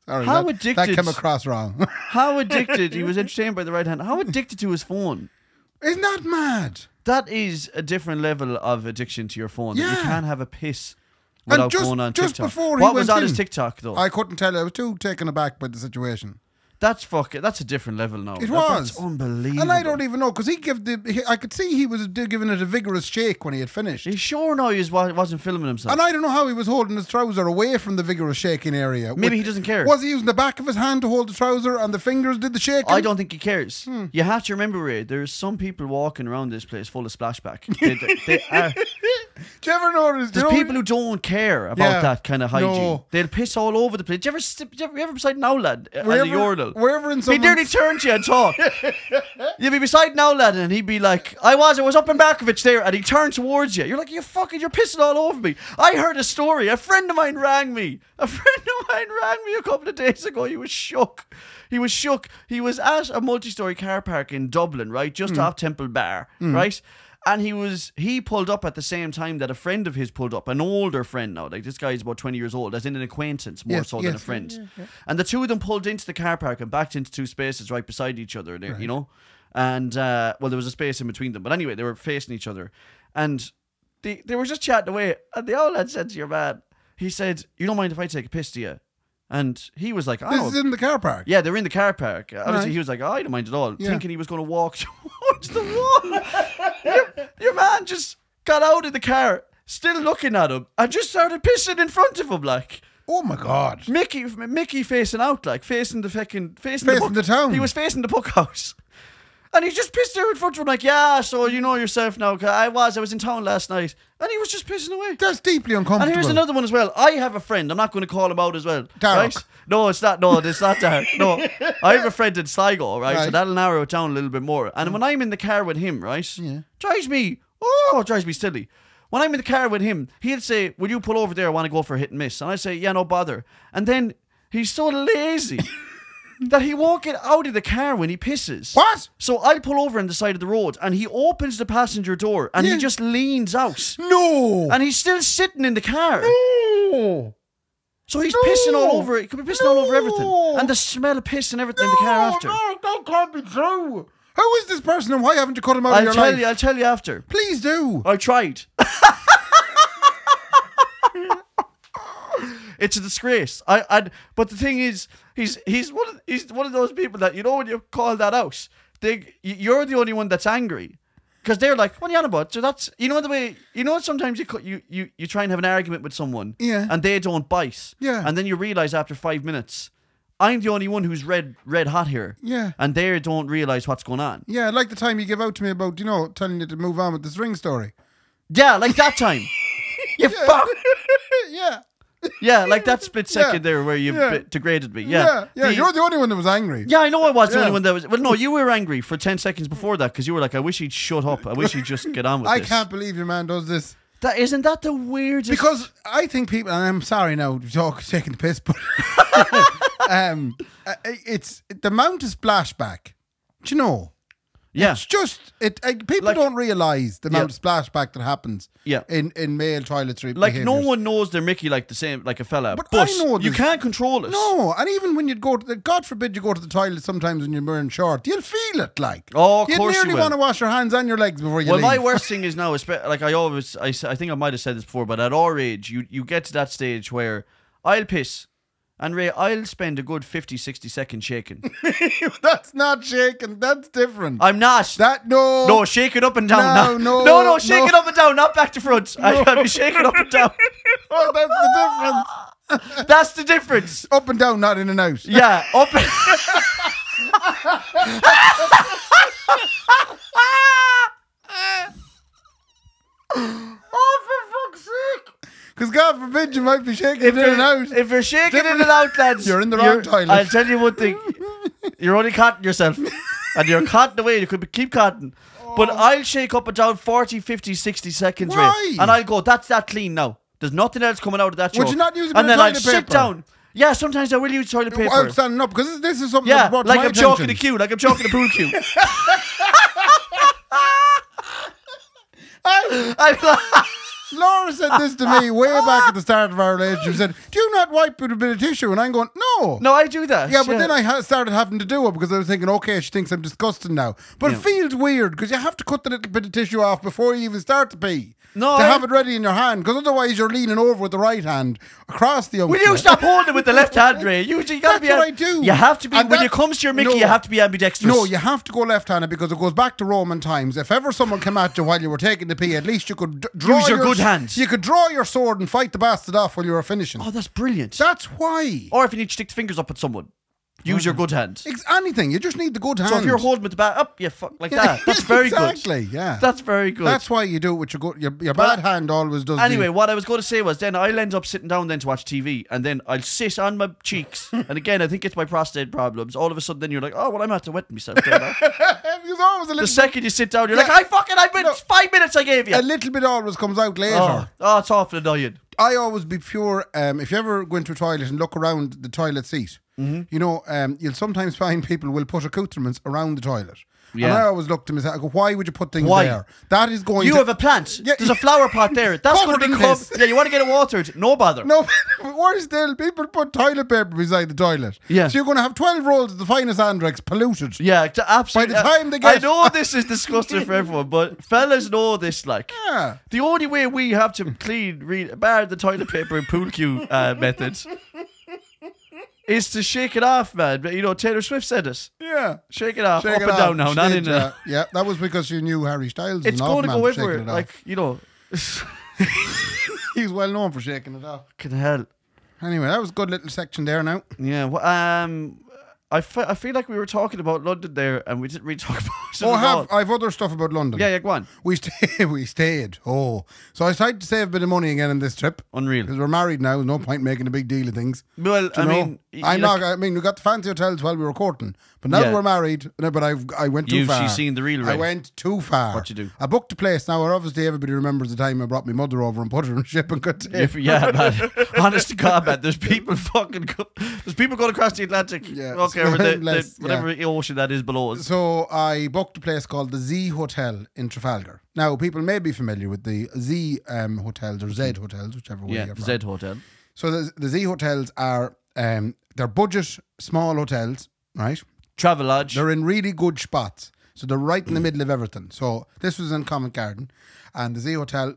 Speaker 2: Sorry,
Speaker 3: How
Speaker 2: that,
Speaker 3: addicted-
Speaker 2: that came across wrong.
Speaker 3: how addicted he was entertained by the right hand. How addicted to his phone.
Speaker 2: Isn't that mad?
Speaker 3: That is a different level of addiction to your phone. that you
Speaker 2: Yeah.
Speaker 3: can't have a piss without
Speaker 2: just-
Speaker 3: going on
Speaker 2: just
Speaker 3: TikTok.
Speaker 2: before he
Speaker 3: what was
Speaker 2: went
Speaker 3: on his
Speaker 2: in,
Speaker 3: TikTok though?
Speaker 2: I couldn't tell. I was too taken aback by the situation.
Speaker 3: that's fucking. That's a different level now.
Speaker 2: It
Speaker 3: That-
Speaker 2: was
Speaker 3: that's unbelievable.
Speaker 2: and I don't even know because he gave the. He, I could see he was do- giving it a vigorous shake when he had finished,
Speaker 3: He sure now he wasn't filming himself.
Speaker 2: e- and I don't know how he was holding his trouser away from the vigorous shaking area.
Speaker 3: Maybe
Speaker 2: With-
Speaker 3: he doesn't care.
Speaker 2: Was he using the back of his hand to hold the trouser and the fingers did the shaking?
Speaker 3: I don't think he cares.
Speaker 2: Hmm.
Speaker 3: You have to remember, Ray, there's some people walking around this place full of splashback. They, they- they are,
Speaker 2: Do you ever notice? do
Speaker 3: there's
Speaker 2: you know-
Speaker 3: people who don't care about
Speaker 2: Yeah.
Speaker 3: that kind of hygiene.
Speaker 2: No.
Speaker 3: They'll piss all over the place. Do you ever, st- do you ever, you ever beside an outlet uh,
Speaker 2: Wherever-
Speaker 3: on the urinal?
Speaker 2: wherever in
Speaker 3: He'd
Speaker 2: someone's-
Speaker 3: nearly turn to you and talk. You'd be beside an outlet and he'd be like, I was, I was up in back of it there, and he'd turn towards you. You're like, you fucking, you're pissing all over me. I heard a story. A friend of mine rang me. A friend of mine rang me a couple of days ago. He was shook. He was shook. He was at a multi-story car park in Dublin, right? Just
Speaker 2: Hmm.
Speaker 3: off Temple Bar, right? And he was he pulled up at the same time that a friend of his pulled up, an older friend now. Like this guy is about twenty years old, as in an acquaintance more
Speaker 2: Yes,
Speaker 3: so
Speaker 2: yes,
Speaker 3: than a
Speaker 2: yeah,
Speaker 3: friend. And the two of them pulled into the car park and backed into two spaces right beside each other. There, you know, and uh, well, there was a space in between them, but anyway, they were facing each other, and they they were just chatting away. And the old lad said to your man, he said, "You don't mind if I take a piss, do you?" And he was like, "Oh,
Speaker 2: This is in the car park.
Speaker 3: yeah, they're in the car park. Obviously,
Speaker 2: Right.
Speaker 3: he was like, oh, I don't mind at all,
Speaker 2: Yeah.
Speaker 3: thinking he was going to walk towards the wall. your, your man just got out of the car, still looking at him, and just started pissing in front of him, like
Speaker 2: Oh my god.
Speaker 3: Mickey, Mickey facing out, like facing the fucking facing, the,
Speaker 2: Facing
Speaker 3: book-
Speaker 2: the town.
Speaker 3: He was facing the book house. And he just pissed there in front of him, like, yeah, so you know yourself now. 'cause I was, I was in town last night. And he was just pissing away.
Speaker 2: That's deeply uncomfortable.
Speaker 3: And here's another one as well. I have a friend. I'm not going to call him out as well.
Speaker 2: Dark.
Speaker 3: Right? No, it's not. No, it's not Derek. No, I have a friend in Sligo, right? So
Speaker 2: Right.
Speaker 3: that'll narrow it down a little bit more. And when I'm in the car with him, right? Yeah. Drives me. Oh, drives me silly. When I'm in the car with him, he'll say, "Will you pull over there? I want to go for a hit and miss." And I say, "Yeah, no bother." And then he's so lazy. That he won't get out of the car when he pisses.
Speaker 2: What?
Speaker 3: So I pull over on the side of the road and he opens the passenger door and
Speaker 2: Yeah.
Speaker 3: he just leans out.
Speaker 2: No.
Speaker 3: And he's still sitting in the car.
Speaker 2: No.
Speaker 3: So he's pissing
Speaker 2: No.
Speaker 3: all over it. He could be pissing all over everything.
Speaker 2: No.
Speaker 3: And the smell of piss and everything in the car after.
Speaker 2: No, that can't be true. Who is this person and why haven't you cut him out of
Speaker 3: I'll
Speaker 2: your
Speaker 3: tell
Speaker 2: life?
Speaker 3: you, I'll tell you after.
Speaker 2: Please do.
Speaker 3: I tried. it's a disgrace. I, I but the thing is, he's he's one of, he's one of those people that you know when you call that out, they y- you're the only one that's angry. Because they're like, what are you on about? So that's you know the way you know sometimes you co- you you you try and have an argument with someone,
Speaker 2: Yeah.
Speaker 3: and they don't bite,
Speaker 2: Yeah.
Speaker 3: and then you realize after five minutes, I'm the only one who's red red hot here,
Speaker 2: Yeah.
Speaker 3: and they don't realize what's going on.
Speaker 2: Yeah, like the time you give out to me about, you know, telling you to move on with this ring story.
Speaker 3: Yeah, like that time, you fuck.
Speaker 2: yeah.
Speaker 3: Yeah, like that split second
Speaker 2: Yeah.
Speaker 3: there where you
Speaker 2: Yeah.
Speaker 3: bit- degraded me.
Speaker 2: Yeah.
Speaker 3: Yeah,
Speaker 2: Yeah.
Speaker 3: The-
Speaker 2: You're the only one that was angry.
Speaker 3: yeah, I know I was the
Speaker 2: Yeah.
Speaker 3: only one that was. Well, no, you were angry for ten seconds before that because you were like, "I wish he'd shut up. I wish he'd just get on with
Speaker 2: I
Speaker 3: this."
Speaker 2: can't believe your man does this.
Speaker 3: That isn't that the weirdest.
Speaker 2: Because I think people, and I'm sorry now, talk, taking the piss, but um, uh, it's the amount of splashback. Do you know?
Speaker 3: Yeah.
Speaker 2: It's just it. Like, people
Speaker 3: Like-
Speaker 2: don't realize the amount
Speaker 3: Yeah.
Speaker 2: of splashback that happens.
Speaker 3: Yeah.
Speaker 2: In in male toiletry.
Speaker 3: Like
Speaker 2: behaviours.
Speaker 3: no one knows they're Mickey like the same like a fella.
Speaker 2: But
Speaker 3: But,
Speaker 2: I know
Speaker 3: you
Speaker 2: this-
Speaker 3: can't control it.
Speaker 2: No, and even when you go to the, God forbid you go to the toilet sometimes when you're wearing short, you'll feel it like.
Speaker 3: Oh, of
Speaker 2: you
Speaker 3: course you
Speaker 2: nearly
Speaker 3: will.
Speaker 2: want to wash your hands and your legs before you
Speaker 3: Well,
Speaker 2: leave.
Speaker 3: my worst thing is now, espe- like I always, I, s- I think I might have said this before, but at our age, you, you get to that stage where I'll piss. And Ray, I'll spend a good 50, 60 seconds shaking.
Speaker 2: That's not shaking. That's different.
Speaker 3: I'm not.
Speaker 2: that no. Oh,
Speaker 3: no, shake it up and
Speaker 2: No,
Speaker 3: down.
Speaker 2: no,
Speaker 3: no, no, shake
Speaker 2: no.
Speaker 3: it up and down, not back to front. I, I'll be shaking up and down.
Speaker 2: Oh, that's the difference.
Speaker 3: That's the difference.
Speaker 2: Up and down, not in and out.
Speaker 3: Yeah, up.
Speaker 2: Oh, for fuck's sake! Because God forbid you might be shaking it in
Speaker 3: if you're,
Speaker 2: and out.
Speaker 3: If you're shaking
Speaker 2: Different-
Speaker 3: in and out, lads,
Speaker 2: You're in the wrong toilet.
Speaker 3: I'll tell you one thing: you're only cotton yourself, and you're cotton away. You could be, keep cotton. But I'll shake up and down 40, 50, 60 seconds, Ray,
Speaker 2: Oh. Why?
Speaker 3: and I'll go. That's that clean now. There's nothing else coming out of that.
Speaker 2: Would
Speaker 3: choke."
Speaker 2: you not use a bit
Speaker 3: And
Speaker 2: of
Speaker 3: then I'll
Speaker 2: toilet
Speaker 3: sit
Speaker 2: paper?
Speaker 3: down. Yeah, sometimes I will use toilet paper.
Speaker 2: I'm standing up because this is something.
Speaker 3: yeah,
Speaker 2: that brought to
Speaker 3: like
Speaker 2: my
Speaker 3: I'm
Speaker 2: attention.
Speaker 3: choking a queue, like I'm choking a pool queue. I'm like-
Speaker 2: Laura said this to me way back at the start of our relationship. She said, "Do you not wipe with a bit of tissue?" And I'm going, "No,
Speaker 3: no, I do that.
Speaker 2: Yeah, but then I ha- started having to do it because I was thinking, okay, she thinks I'm disgusting now. But it
Speaker 3: Yeah.
Speaker 2: feels weird because you have to cut the little bit of tissue off before you even start to pee.
Speaker 3: No,
Speaker 2: To
Speaker 3: I-
Speaker 2: have it ready in your hand because otherwise you're leaning over with the right hand across the
Speaker 3: Will
Speaker 2: umbrella.
Speaker 3: you stop holding with the left hand, Ray? You, you gotta
Speaker 2: That's
Speaker 3: be.
Speaker 2: what I do.
Speaker 3: You have to be.
Speaker 2: And
Speaker 3: when
Speaker 2: that-
Speaker 3: it comes to your Mickey,
Speaker 2: No.
Speaker 3: you have to be ambidextrous.
Speaker 2: No, you have to go left-handed because it goes back to Roman times. If ever someone came at you while you were taking the pee, at least you could d- draw
Speaker 3: Use your good hand.
Speaker 2: You could draw your sword and fight the bastard off while you were finishing.
Speaker 3: Oh, that's brilliant.
Speaker 2: That's why.
Speaker 3: or if you need to stick the fingers up at someone, use
Speaker 2: Mm.
Speaker 3: your good hand.
Speaker 2: It's anything. You just need the good hand.
Speaker 3: So if you're holding with the back up, you fuck like that. That's very
Speaker 2: exactly,
Speaker 3: good.
Speaker 2: yeah.
Speaker 3: That's very good.
Speaker 2: That's why you do it with your good. Your, your
Speaker 3: Well,
Speaker 2: bad hand always does. the-
Speaker 3: Anyway, what I was going to say was then I'll end up sitting down then to watch TV and then I'll sit on my cheeks. and again, I think it's my prostate problems. All of a sudden, then you're like, oh, well, I'm out to wet myself. there now."
Speaker 2: There's Eh, always a
Speaker 3: the
Speaker 2: little,
Speaker 3: second you sit down, you're
Speaker 2: Yeah.
Speaker 3: like, I fucking, I've been
Speaker 2: No.
Speaker 3: five minutes I gave you.
Speaker 2: a little bit always comes out later.
Speaker 3: oh, oh, it's awful annoying.
Speaker 2: I always be pure. Um, if you ever go into a toilet and look around the toilet seat,
Speaker 3: Mm-hmm.
Speaker 2: you know, um, you'll sometimes find people will put accoutrements around the toilet. And
Speaker 3: Yeah.
Speaker 2: I always look to myself. I go, why would you put things
Speaker 3: Why?
Speaker 2: there? That is going.
Speaker 3: You
Speaker 2: to,
Speaker 3: have a plant.
Speaker 2: Yeah.
Speaker 3: There's a flower pot there. That's going
Speaker 2: Covered in
Speaker 3: to be covered.
Speaker 2: piss.
Speaker 3: Yeah, you want to get it watered. No bother.
Speaker 2: no. Worse still, people put toilet paper beside the toilet.
Speaker 3: Yeah.
Speaker 2: So you're going to have twelve rolls of the finest Andrex polluted.
Speaker 3: Yeah, t- absolutely.
Speaker 2: By
Speaker 3: uh,
Speaker 2: the time they
Speaker 3: I
Speaker 2: get-
Speaker 3: know this is disgusting for everyone, but fellas know this. Like,
Speaker 2: Yeah.
Speaker 3: the only way we have to clean, re- bar the toilet paper and pool cue uh, methods is to shake it off, man. But, You know, Taylor Swift said this.
Speaker 2: Yeah.
Speaker 3: Shake it off,
Speaker 2: Shake it
Speaker 3: up and
Speaker 2: off.
Speaker 3: down now, not
Speaker 2: Shake
Speaker 3: in.
Speaker 2: it
Speaker 3: Uh,
Speaker 2: out. Yeah, that was because you knew Harry Styles.
Speaker 3: it's
Speaker 2: going to
Speaker 3: go everywhere.
Speaker 2: It
Speaker 3: like,
Speaker 2: off.
Speaker 3: you know,
Speaker 2: he's well known for shaking it off.
Speaker 3: can hell.
Speaker 2: Anyway, that was a good little section there. Now
Speaker 3: Yeah. Well, um, I fe- I feel like we were talking about London there, and we didn't really talk about. it
Speaker 2: Oh,
Speaker 3: at all.
Speaker 2: have I've other stuff about London.
Speaker 3: Yeah, yeah, go on.
Speaker 2: We stayed. We stayed. Oh, so I tried to save a bit of money again in this trip
Speaker 3: Unreal.
Speaker 2: because we're married now. No point making a big deal of things.
Speaker 3: Well,
Speaker 2: Do
Speaker 3: I
Speaker 2: you know?
Speaker 3: mean, y-
Speaker 2: I
Speaker 3: you
Speaker 2: know.
Speaker 3: like-
Speaker 2: I mean, we got the fancy hotels while we were courting, but now that
Speaker 3: Yeah.
Speaker 2: we're married. No, but I've I went too
Speaker 3: You've-
Speaker 2: far.
Speaker 3: she's seen the real
Speaker 2: I
Speaker 3: Ray.
Speaker 2: went too far.
Speaker 3: What you do?
Speaker 2: I booked a place now. Where obviously everybody remembers the time I brought my mother over and put her in a ship and got.
Speaker 3: If, yeah, man. Honest to God, man. There's people fucking. Go- there's people going across the Atlantic.
Speaker 2: Yeah,
Speaker 3: Okay,
Speaker 2: so
Speaker 3: with the,
Speaker 2: let's-
Speaker 3: the, whatever ocean that is below us.
Speaker 2: So I booked a place called the Z Hotel in Trafalgar. Now people may be familiar with the Z um, hotels or Z hotels, whichever way
Speaker 3: Yeah,
Speaker 2: you're from.
Speaker 3: Z Hotel.
Speaker 2: So the, the Z hotels are um, they're budget small hotels, right?
Speaker 3: Travel Lodge.
Speaker 2: They're in really good spots. So they're right
Speaker 3: Mm.
Speaker 2: in the middle of everything. So this was in Covent Garden, and the Z hotel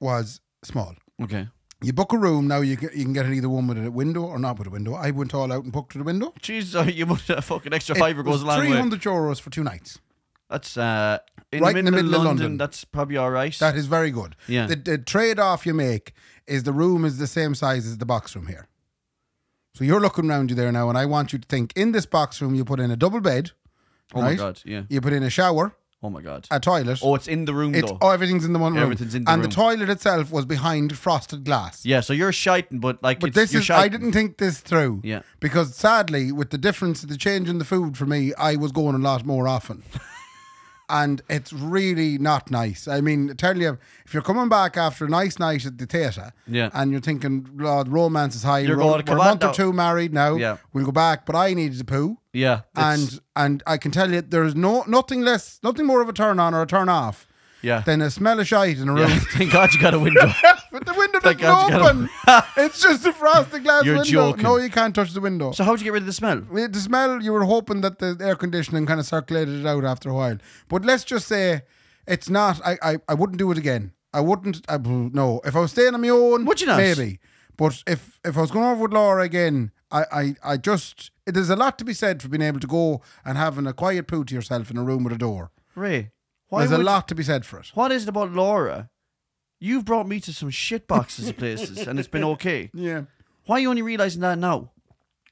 Speaker 2: was small.
Speaker 3: okay.
Speaker 2: You book a room now. You can, you can get in either one with a window or not with a window. I went all out and booked with a window.
Speaker 3: Jesus, oh, you must a fucking extra
Speaker 2: It
Speaker 3: fiver
Speaker 2: was
Speaker 3: goes a long way.
Speaker 2: 300 euros for two nights.
Speaker 3: That's uh, in,
Speaker 2: Right
Speaker 3: the
Speaker 2: in the middle of
Speaker 3: London,
Speaker 2: London.
Speaker 3: That's probably all right.
Speaker 2: That is very good.
Speaker 3: Yeah.
Speaker 2: The, the trade off you make is the room is the same size as the box room here. So you're looking around you there now, and I want you to think in this box room, you put in a double bed.
Speaker 3: oh my
Speaker 2: right?
Speaker 3: god. Yeah.
Speaker 2: You put in a shower,
Speaker 3: Oh my god.
Speaker 2: a toilet.
Speaker 3: Oh, it's in the room
Speaker 2: it's
Speaker 3: though.
Speaker 2: oh, everything's in the one room.
Speaker 3: Everything's in the
Speaker 2: and
Speaker 3: room.
Speaker 2: the toilet itself was behind frosted glass.
Speaker 3: yeah. So you're shiting, but like,
Speaker 2: But
Speaker 3: it's,
Speaker 2: this
Speaker 3: you're
Speaker 2: is I
Speaker 3: shiting.
Speaker 2: didn't think this through.
Speaker 3: Yeah.
Speaker 2: Because sadly, with the difference of the change in the food for me, I was going a lot more often. and it's really not nice. I mean, tell you, if you're coming back after a nice night at the theatre,
Speaker 3: Yeah.
Speaker 2: and you're thinking, Lord, romance is high,
Speaker 3: You're
Speaker 2: we're,
Speaker 3: going to
Speaker 2: we're a month or
Speaker 3: Covando."
Speaker 2: two married now,
Speaker 3: Yeah.
Speaker 2: we'll go back, but I needed a poo.
Speaker 3: Yeah. it's-
Speaker 2: And and I can tell you, there's no nothing less, nothing more of a turn on or a turn off
Speaker 3: yeah.
Speaker 2: than a smell of shite in a room.
Speaker 3: yeah. Thank God you got a window.
Speaker 2: but the window
Speaker 3: Thank
Speaker 2: doesn't
Speaker 3: God you got
Speaker 2: open. it's just a frosted glass
Speaker 3: You're
Speaker 2: window.
Speaker 3: joking.
Speaker 2: No, you can't touch the window.
Speaker 3: so how'd you get rid of the smell?
Speaker 2: Well, the smell, you were hoping that the air conditioning kind of circulated it out after a while. But let's just say it's not, I, I, I wouldn't do it again. I wouldn't, I, no. If I was staying on my own,
Speaker 3: Would you not?
Speaker 2: maybe. But if, if I was going over with Laura again, I, I, I just, there's a lot to be said for being able to go and having a quiet poo to yourself in a room with a door.
Speaker 3: Ray, why
Speaker 2: There's a
Speaker 3: would-
Speaker 2: lot to be said for it.
Speaker 3: What is it about Laura? You've brought me to some shit boxes of places and it's been okay.
Speaker 2: Yeah.
Speaker 3: Why are you only realizing that now?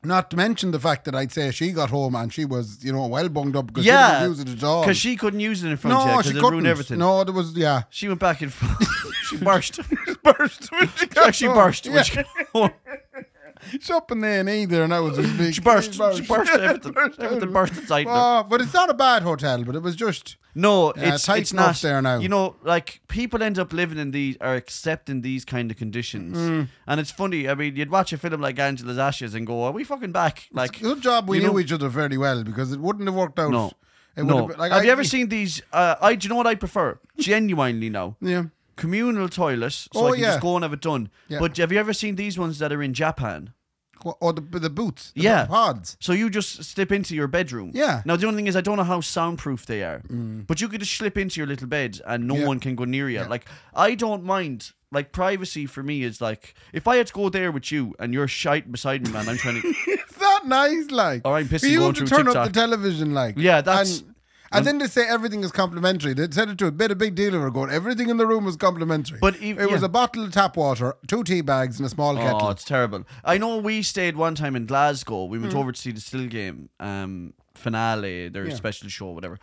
Speaker 2: Not to mention the fact that I'd say she got home and she was, you know, well bunged up because
Speaker 3: Yeah.
Speaker 2: she didn't use it at all.
Speaker 3: Because she couldn't use it in front of you
Speaker 2: no, she
Speaker 3: because it ruined
Speaker 2: couldn't.
Speaker 3: everything.
Speaker 2: No, there was, yeah.
Speaker 3: She went back and forth. she burst. she
Speaker 2: burst. when she got
Speaker 3: actually
Speaker 2: home.
Speaker 3: burst. when
Speaker 2: Yeah,
Speaker 3: she got home.
Speaker 2: she's up in there and either, and I was just big.
Speaker 3: She burst. She burst. Everything, everything burst inside her.
Speaker 2: Oh, but it's not a bad hotel, but it was just.
Speaker 3: No,
Speaker 2: Yeah,
Speaker 3: it's
Speaker 2: tighten
Speaker 3: it's
Speaker 2: up
Speaker 3: not
Speaker 2: there now.
Speaker 3: You know, like people end up living in these or accepting these kind of conditions,
Speaker 2: Mm.
Speaker 3: and it's funny. I mean, you'd watch a film like Angela's Ashes and go, "Are we fucking back?" Like,
Speaker 2: Good job we
Speaker 3: you
Speaker 2: knew
Speaker 3: know-
Speaker 2: each other fairly well because it wouldn't have worked out.
Speaker 3: no,
Speaker 2: It would
Speaker 3: no.
Speaker 2: have been- like,
Speaker 3: have
Speaker 2: I-
Speaker 3: you ever seen these? Uh, I do you know what I prefer? Genuinely now,
Speaker 2: Yeah.
Speaker 3: communal toilets,
Speaker 2: Oh,
Speaker 3: so I can
Speaker 2: yeah.
Speaker 3: just go and have it done.
Speaker 2: Yeah.
Speaker 3: But have you ever seen these ones that are in Japan?
Speaker 2: Qu- Or the, the boots. The
Speaker 3: Yeah.
Speaker 2: Pods.
Speaker 3: So you just slip into your bedroom.
Speaker 2: Yeah. Mm.
Speaker 3: Now the only thing is I don't know how soundproof they are, but you could just slip into your little bed and no
Speaker 2: Yeah.
Speaker 3: one can go near you. Like I don't mind. Like privacy for me is like if I had to go there with you and you're shite beside me, man. I'm trying to.
Speaker 2: It's not nice, like.
Speaker 3: Or I'm pissing
Speaker 2: You
Speaker 3: going
Speaker 2: have to
Speaker 3: through
Speaker 2: turn
Speaker 3: TikTok.
Speaker 2: up the television, like.
Speaker 3: Yeah, that's-
Speaker 2: And, and then they say everything is complimentary. They said it to a bit a big deal over ago. Everything in the room was complimentary.
Speaker 3: But
Speaker 2: it
Speaker 3: ev-
Speaker 2: was
Speaker 3: yeah.
Speaker 2: a bottle of tap water, two tea bags, and a small kettle.
Speaker 3: Oh, it's terrible. I know we stayed one time in Glasgow. We
Speaker 2: Hmm.
Speaker 3: went over to see the Still Game um, finale, their special show, whatever.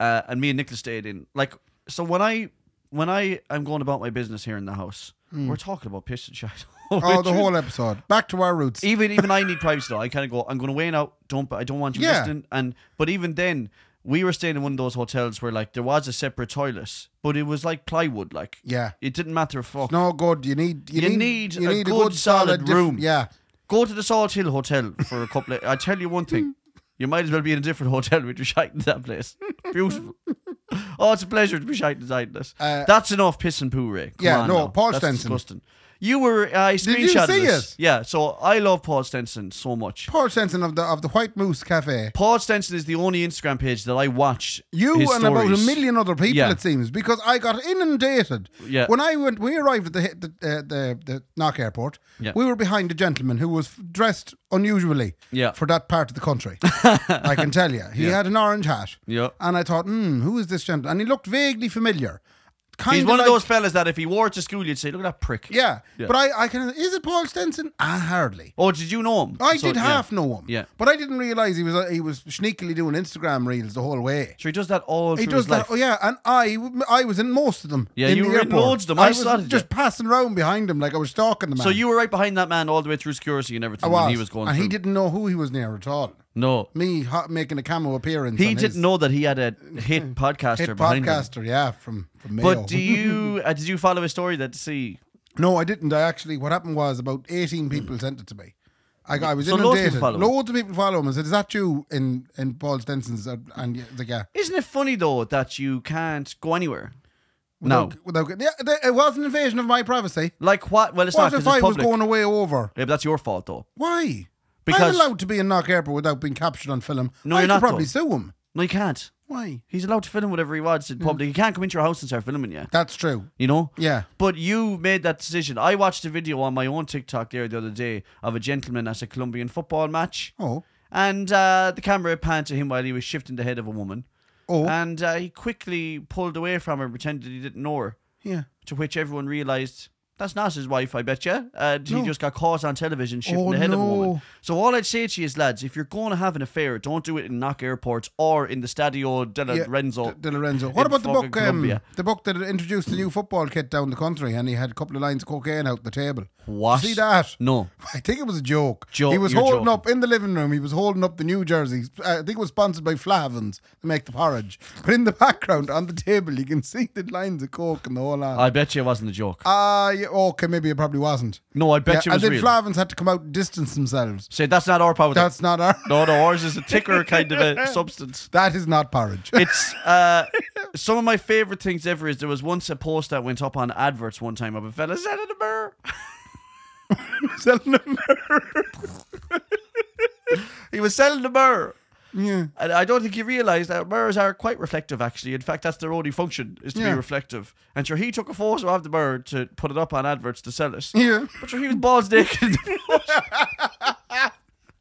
Speaker 3: Uh, and me and Nicholas stayed in. Like, so when I when I am going about my business here in the house, we're talking about piss and shit.
Speaker 2: Hmm. Oh, the whole episode. Back to our roots.
Speaker 3: even even I need privacy though. I kind of go, I'm going to weigh out. Don't I don't want you
Speaker 2: Yeah.
Speaker 3: listening. And but even then, we were staying in one of those hotels where like there was a separate toilet, but it was like plywood. Like
Speaker 2: Yeah.
Speaker 3: it didn't matter. a Fuck.
Speaker 2: No good. You need you,
Speaker 3: You
Speaker 2: need,
Speaker 3: need
Speaker 2: you
Speaker 3: a
Speaker 2: need
Speaker 3: good, solid
Speaker 2: diff-
Speaker 3: room.
Speaker 2: Yeah.
Speaker 3: Go to the Salt Hill Hotel for a couple. of... I tell you one thing. You might as well be in a different hotel with your shite in that place. Beautiful. oh, it's a pleasure to be shite inside this.
Speaker 2: Uh,
Speaker 3: That's enough piss and poo, Ray. Come
Speaker 2: Yeah,
Speaker 3: on
Speaker 2: no,
Speaker 3: now.
Speaker 2: Paul
Speaker 3: That's
Speaker 2: Stenson.
Speaker 3: disgusting. You were, uh, I
Speaker 2: Did you
Speaker 3: screenshotted
Speaker 2: see
Speaker 3: this.
Speaker 2: it?
Speaker 3: Yeah, so I love Paul Stenson so much.
Speaker 2: Paul Stenson of the of the White Moose Cafe.
Speaker 3: Paul Stenson is the only Instagram page that I watch.
Speaker 2: You
Speaker 3: his
Speaker 2: and about a
Speaker 3: stories.
Speaker 2: million other people,
Speaker 3: Yeah.
Speaker 2: it seems, because I got inundated.
Speaker 3: Yeah.
Speaker 2: When I went, we arrived at the the uh, the, the Knock Airport.
Speaker 3: Yeah.
Speaker 2: We were behind a gentleman who was dressed unusually.
Speaker 3: Yeah.
Speaker 2: For that part of the country, I can tell you, he had an orange hat.
Speaker 3: Yeah.
Speaker 2: And I thought, hmm, who is this gentleman? And he looked vaguely familiar. Kind
Speaker 3: He's one of those fellas that if he wore it to school, you'd say, "Look at that prick."
Speaker 2: Yeah.
Speaker 3: Yeah.
Speaker 2: But I, I can. Is it Paul Stenson? Ah, hardly.
Speaker 3: Oh, did you know him?
Speaker 2: I
Speaker 3: So,
Speaker 2: did
Speaker 3: yeah.
Speaker 2: half know him.
Speaker 3: Yeah.
Speaker 2: But I didn't realize he was uh, he was sneakily doing Instagram reels the whole way.
Speaker 3: So he does that all.
Speaker 2: He
Speaker 3: through
Speaker 2: does
Speaker 3: his
Speaker 2: that.
Speaker 3: life.
Speaker 2: Oh yeah, and I I was in most of them.
Speaker 3: Yeah,
Speaker 2: in
Speaker 3: you
Speaker 2: the
Speaker 3: were in
Speaker 2: airport.
Speaker 3: loads of them. I
Speaker 2: was
Speaker 3: spotted
Speaker 2: just
Speaker 3: you.
Speaker 2: passing around behind him like I was stalking the man.
Speaker 3: So you were right behind that man all the way through security and everything
Speaker 2: I was,
Speaker 3: when he was going.
Speaker 2: and
Speaker 3: through.
Speaker 2: he didn't know who he was near at all.
Speaker 3: No,
Speaker 2: Me ho- making a cameo appearance.
Speaker 3: he
Speaker 2: on
Speaker 3: didn't
Speaker 2: his
Speaker 3: know that he had a hit podcaster
Speaker 2: Hit
Speaker 3: behind him.
Speaker 2: podcaster, yeah, from from Mayo.
Speaker 3: But do you uh, did you follow his story that to see?
Speaker 2: No, I didn't. I actually, what happened was about 18 people sent it to me. I, got- I was
Speaker 3: So loads of people
Speaker 2: inundated.
Speaker 3: follow him.
Speaker 2: Loads of people follow him and said, Is that you in, in Paul Stenson's? And, and the guy.
Speaker 3: Isn't it funny though that you can't go anywhere? No,
Speaker 2: Without- without- yeah, there- it was an invasion of my privacy.
Speaker 3: like what? Well, it's
Speaker 2: What
Speaker 3: not
Speaker 2: if
Speaker 3: 'cause
Speaker 2: I
Speaker 3: it's
Speaker 2: was
Speaker 3: public.
Speaker 2: going away over?
Speaker 3: Yeah, but that's your fault though.
Speaker 2: Why? I'm
Speaker 3: Because-
Speaker 2: allowed to be in Knock Airport without being captured on film.
Speaker 3: No,
Speaker 2: I
Speaker 3: you're
Speaker 2: could
Speaker 3: not,
Speaker 2: probably
Speaker 3: though.
Speaker 2: sue him.
Speaker 3: No, you can't.
Speaker 2: Why?
Speaker 3: He's allowed to film whatever he wants
Speaker 2: Hmm.
Speaker 3: in public. He can't come into your house and start filming you.
Speaker 2: That's true.
Speaker 3: You know?
Speaker 2: Yeah.
Speaker 3: But you made that decision. I watched a video on my own TikTok there the other day of a gentleman at a Colombian football match.
Speaker 2: Oh.
Speaker 3: And uh, the camera panned to him while he was shifting the head of a woman.
Speaker 2: Oh.
Speaker 3: And uh, he quickly pulled away from her and pretended he didn't know her.
Speaker 2: yeah.
Speaker 3: To which everyone realised that's not his wife, I bet you. And he just got caught on television shifting
Speaker 2: Oh,
Speaker 3: the head of a woman.
Speaker 2: no.
Speaker 3: So all I'd say to you is, lads, if you're going to have an affair, don't do it in knock airports or in the Stadio della
Speaker 2: Yeah,
Speaker 3: Renzo.
Speaker 2: De, De Lorenzo. What
Speaker 3: in
Speaker 2: about the
Speaker 3: fucking
Speaker 2: book? Um,
Speaker 3: Colombia.
Speaker 2: the book that introduced the new football kit down the country, and he had a couple of lines of cocaine out the table.
Speaker 3: What?
Speaker 2: See that?
Speaker 3: No.
Speaker 2: I think it was a joke.
Speaker 3: Jo-
Speaker 2: he was
Speaker 3: you're
Speaker 2: holding
Speaker 3: joking.
Speaker 2: up in the living room. He was holding up the New Jersey. Uh, I think it was sponsored by Flavins to make the porridge. But in the background on the table, you can see the lines of coke and the whole lot.
Speaker 3: I bet you it wasn't a joke.
Speaker 2: Ah, yeah, okay, maybe it probably wasn't.
Speaker 3: no, I bet
Speaker 2: Yeah,
Speaker 3: you
Speaker 2: and
Speaker 3: it was
Speaker 2: then
Speaker 3: real.
Speaker 2: Flavins had to come out and distance themselves.
Speaker 3: Say that's not our powder.
Speaker 2: That's not our.
Speaker 3: no, no, ours is a thicker kind of a substance.
Speaker 2: That is not porridge.
Speaker 3: It's uh, some of my favorite things ever. Is there was once a post that went up on adverts one time of a fella selling a mirror.
Speaker 2: Selling them.
Speaker 3: He was selling a mirror.
Speaker 2: Yeah.
Speaker 3: And I don't think he realised that mirrors are quite reflective, actually. In fact, that's their only function, is to
Speaker 2: Yeah.
Speaker 3: be reflective. And sure, he took a photo of the mirror to put it up on adverts to sell it.
Speaker 2: Yeah.
Speaker 3: But sure, he was balls naked.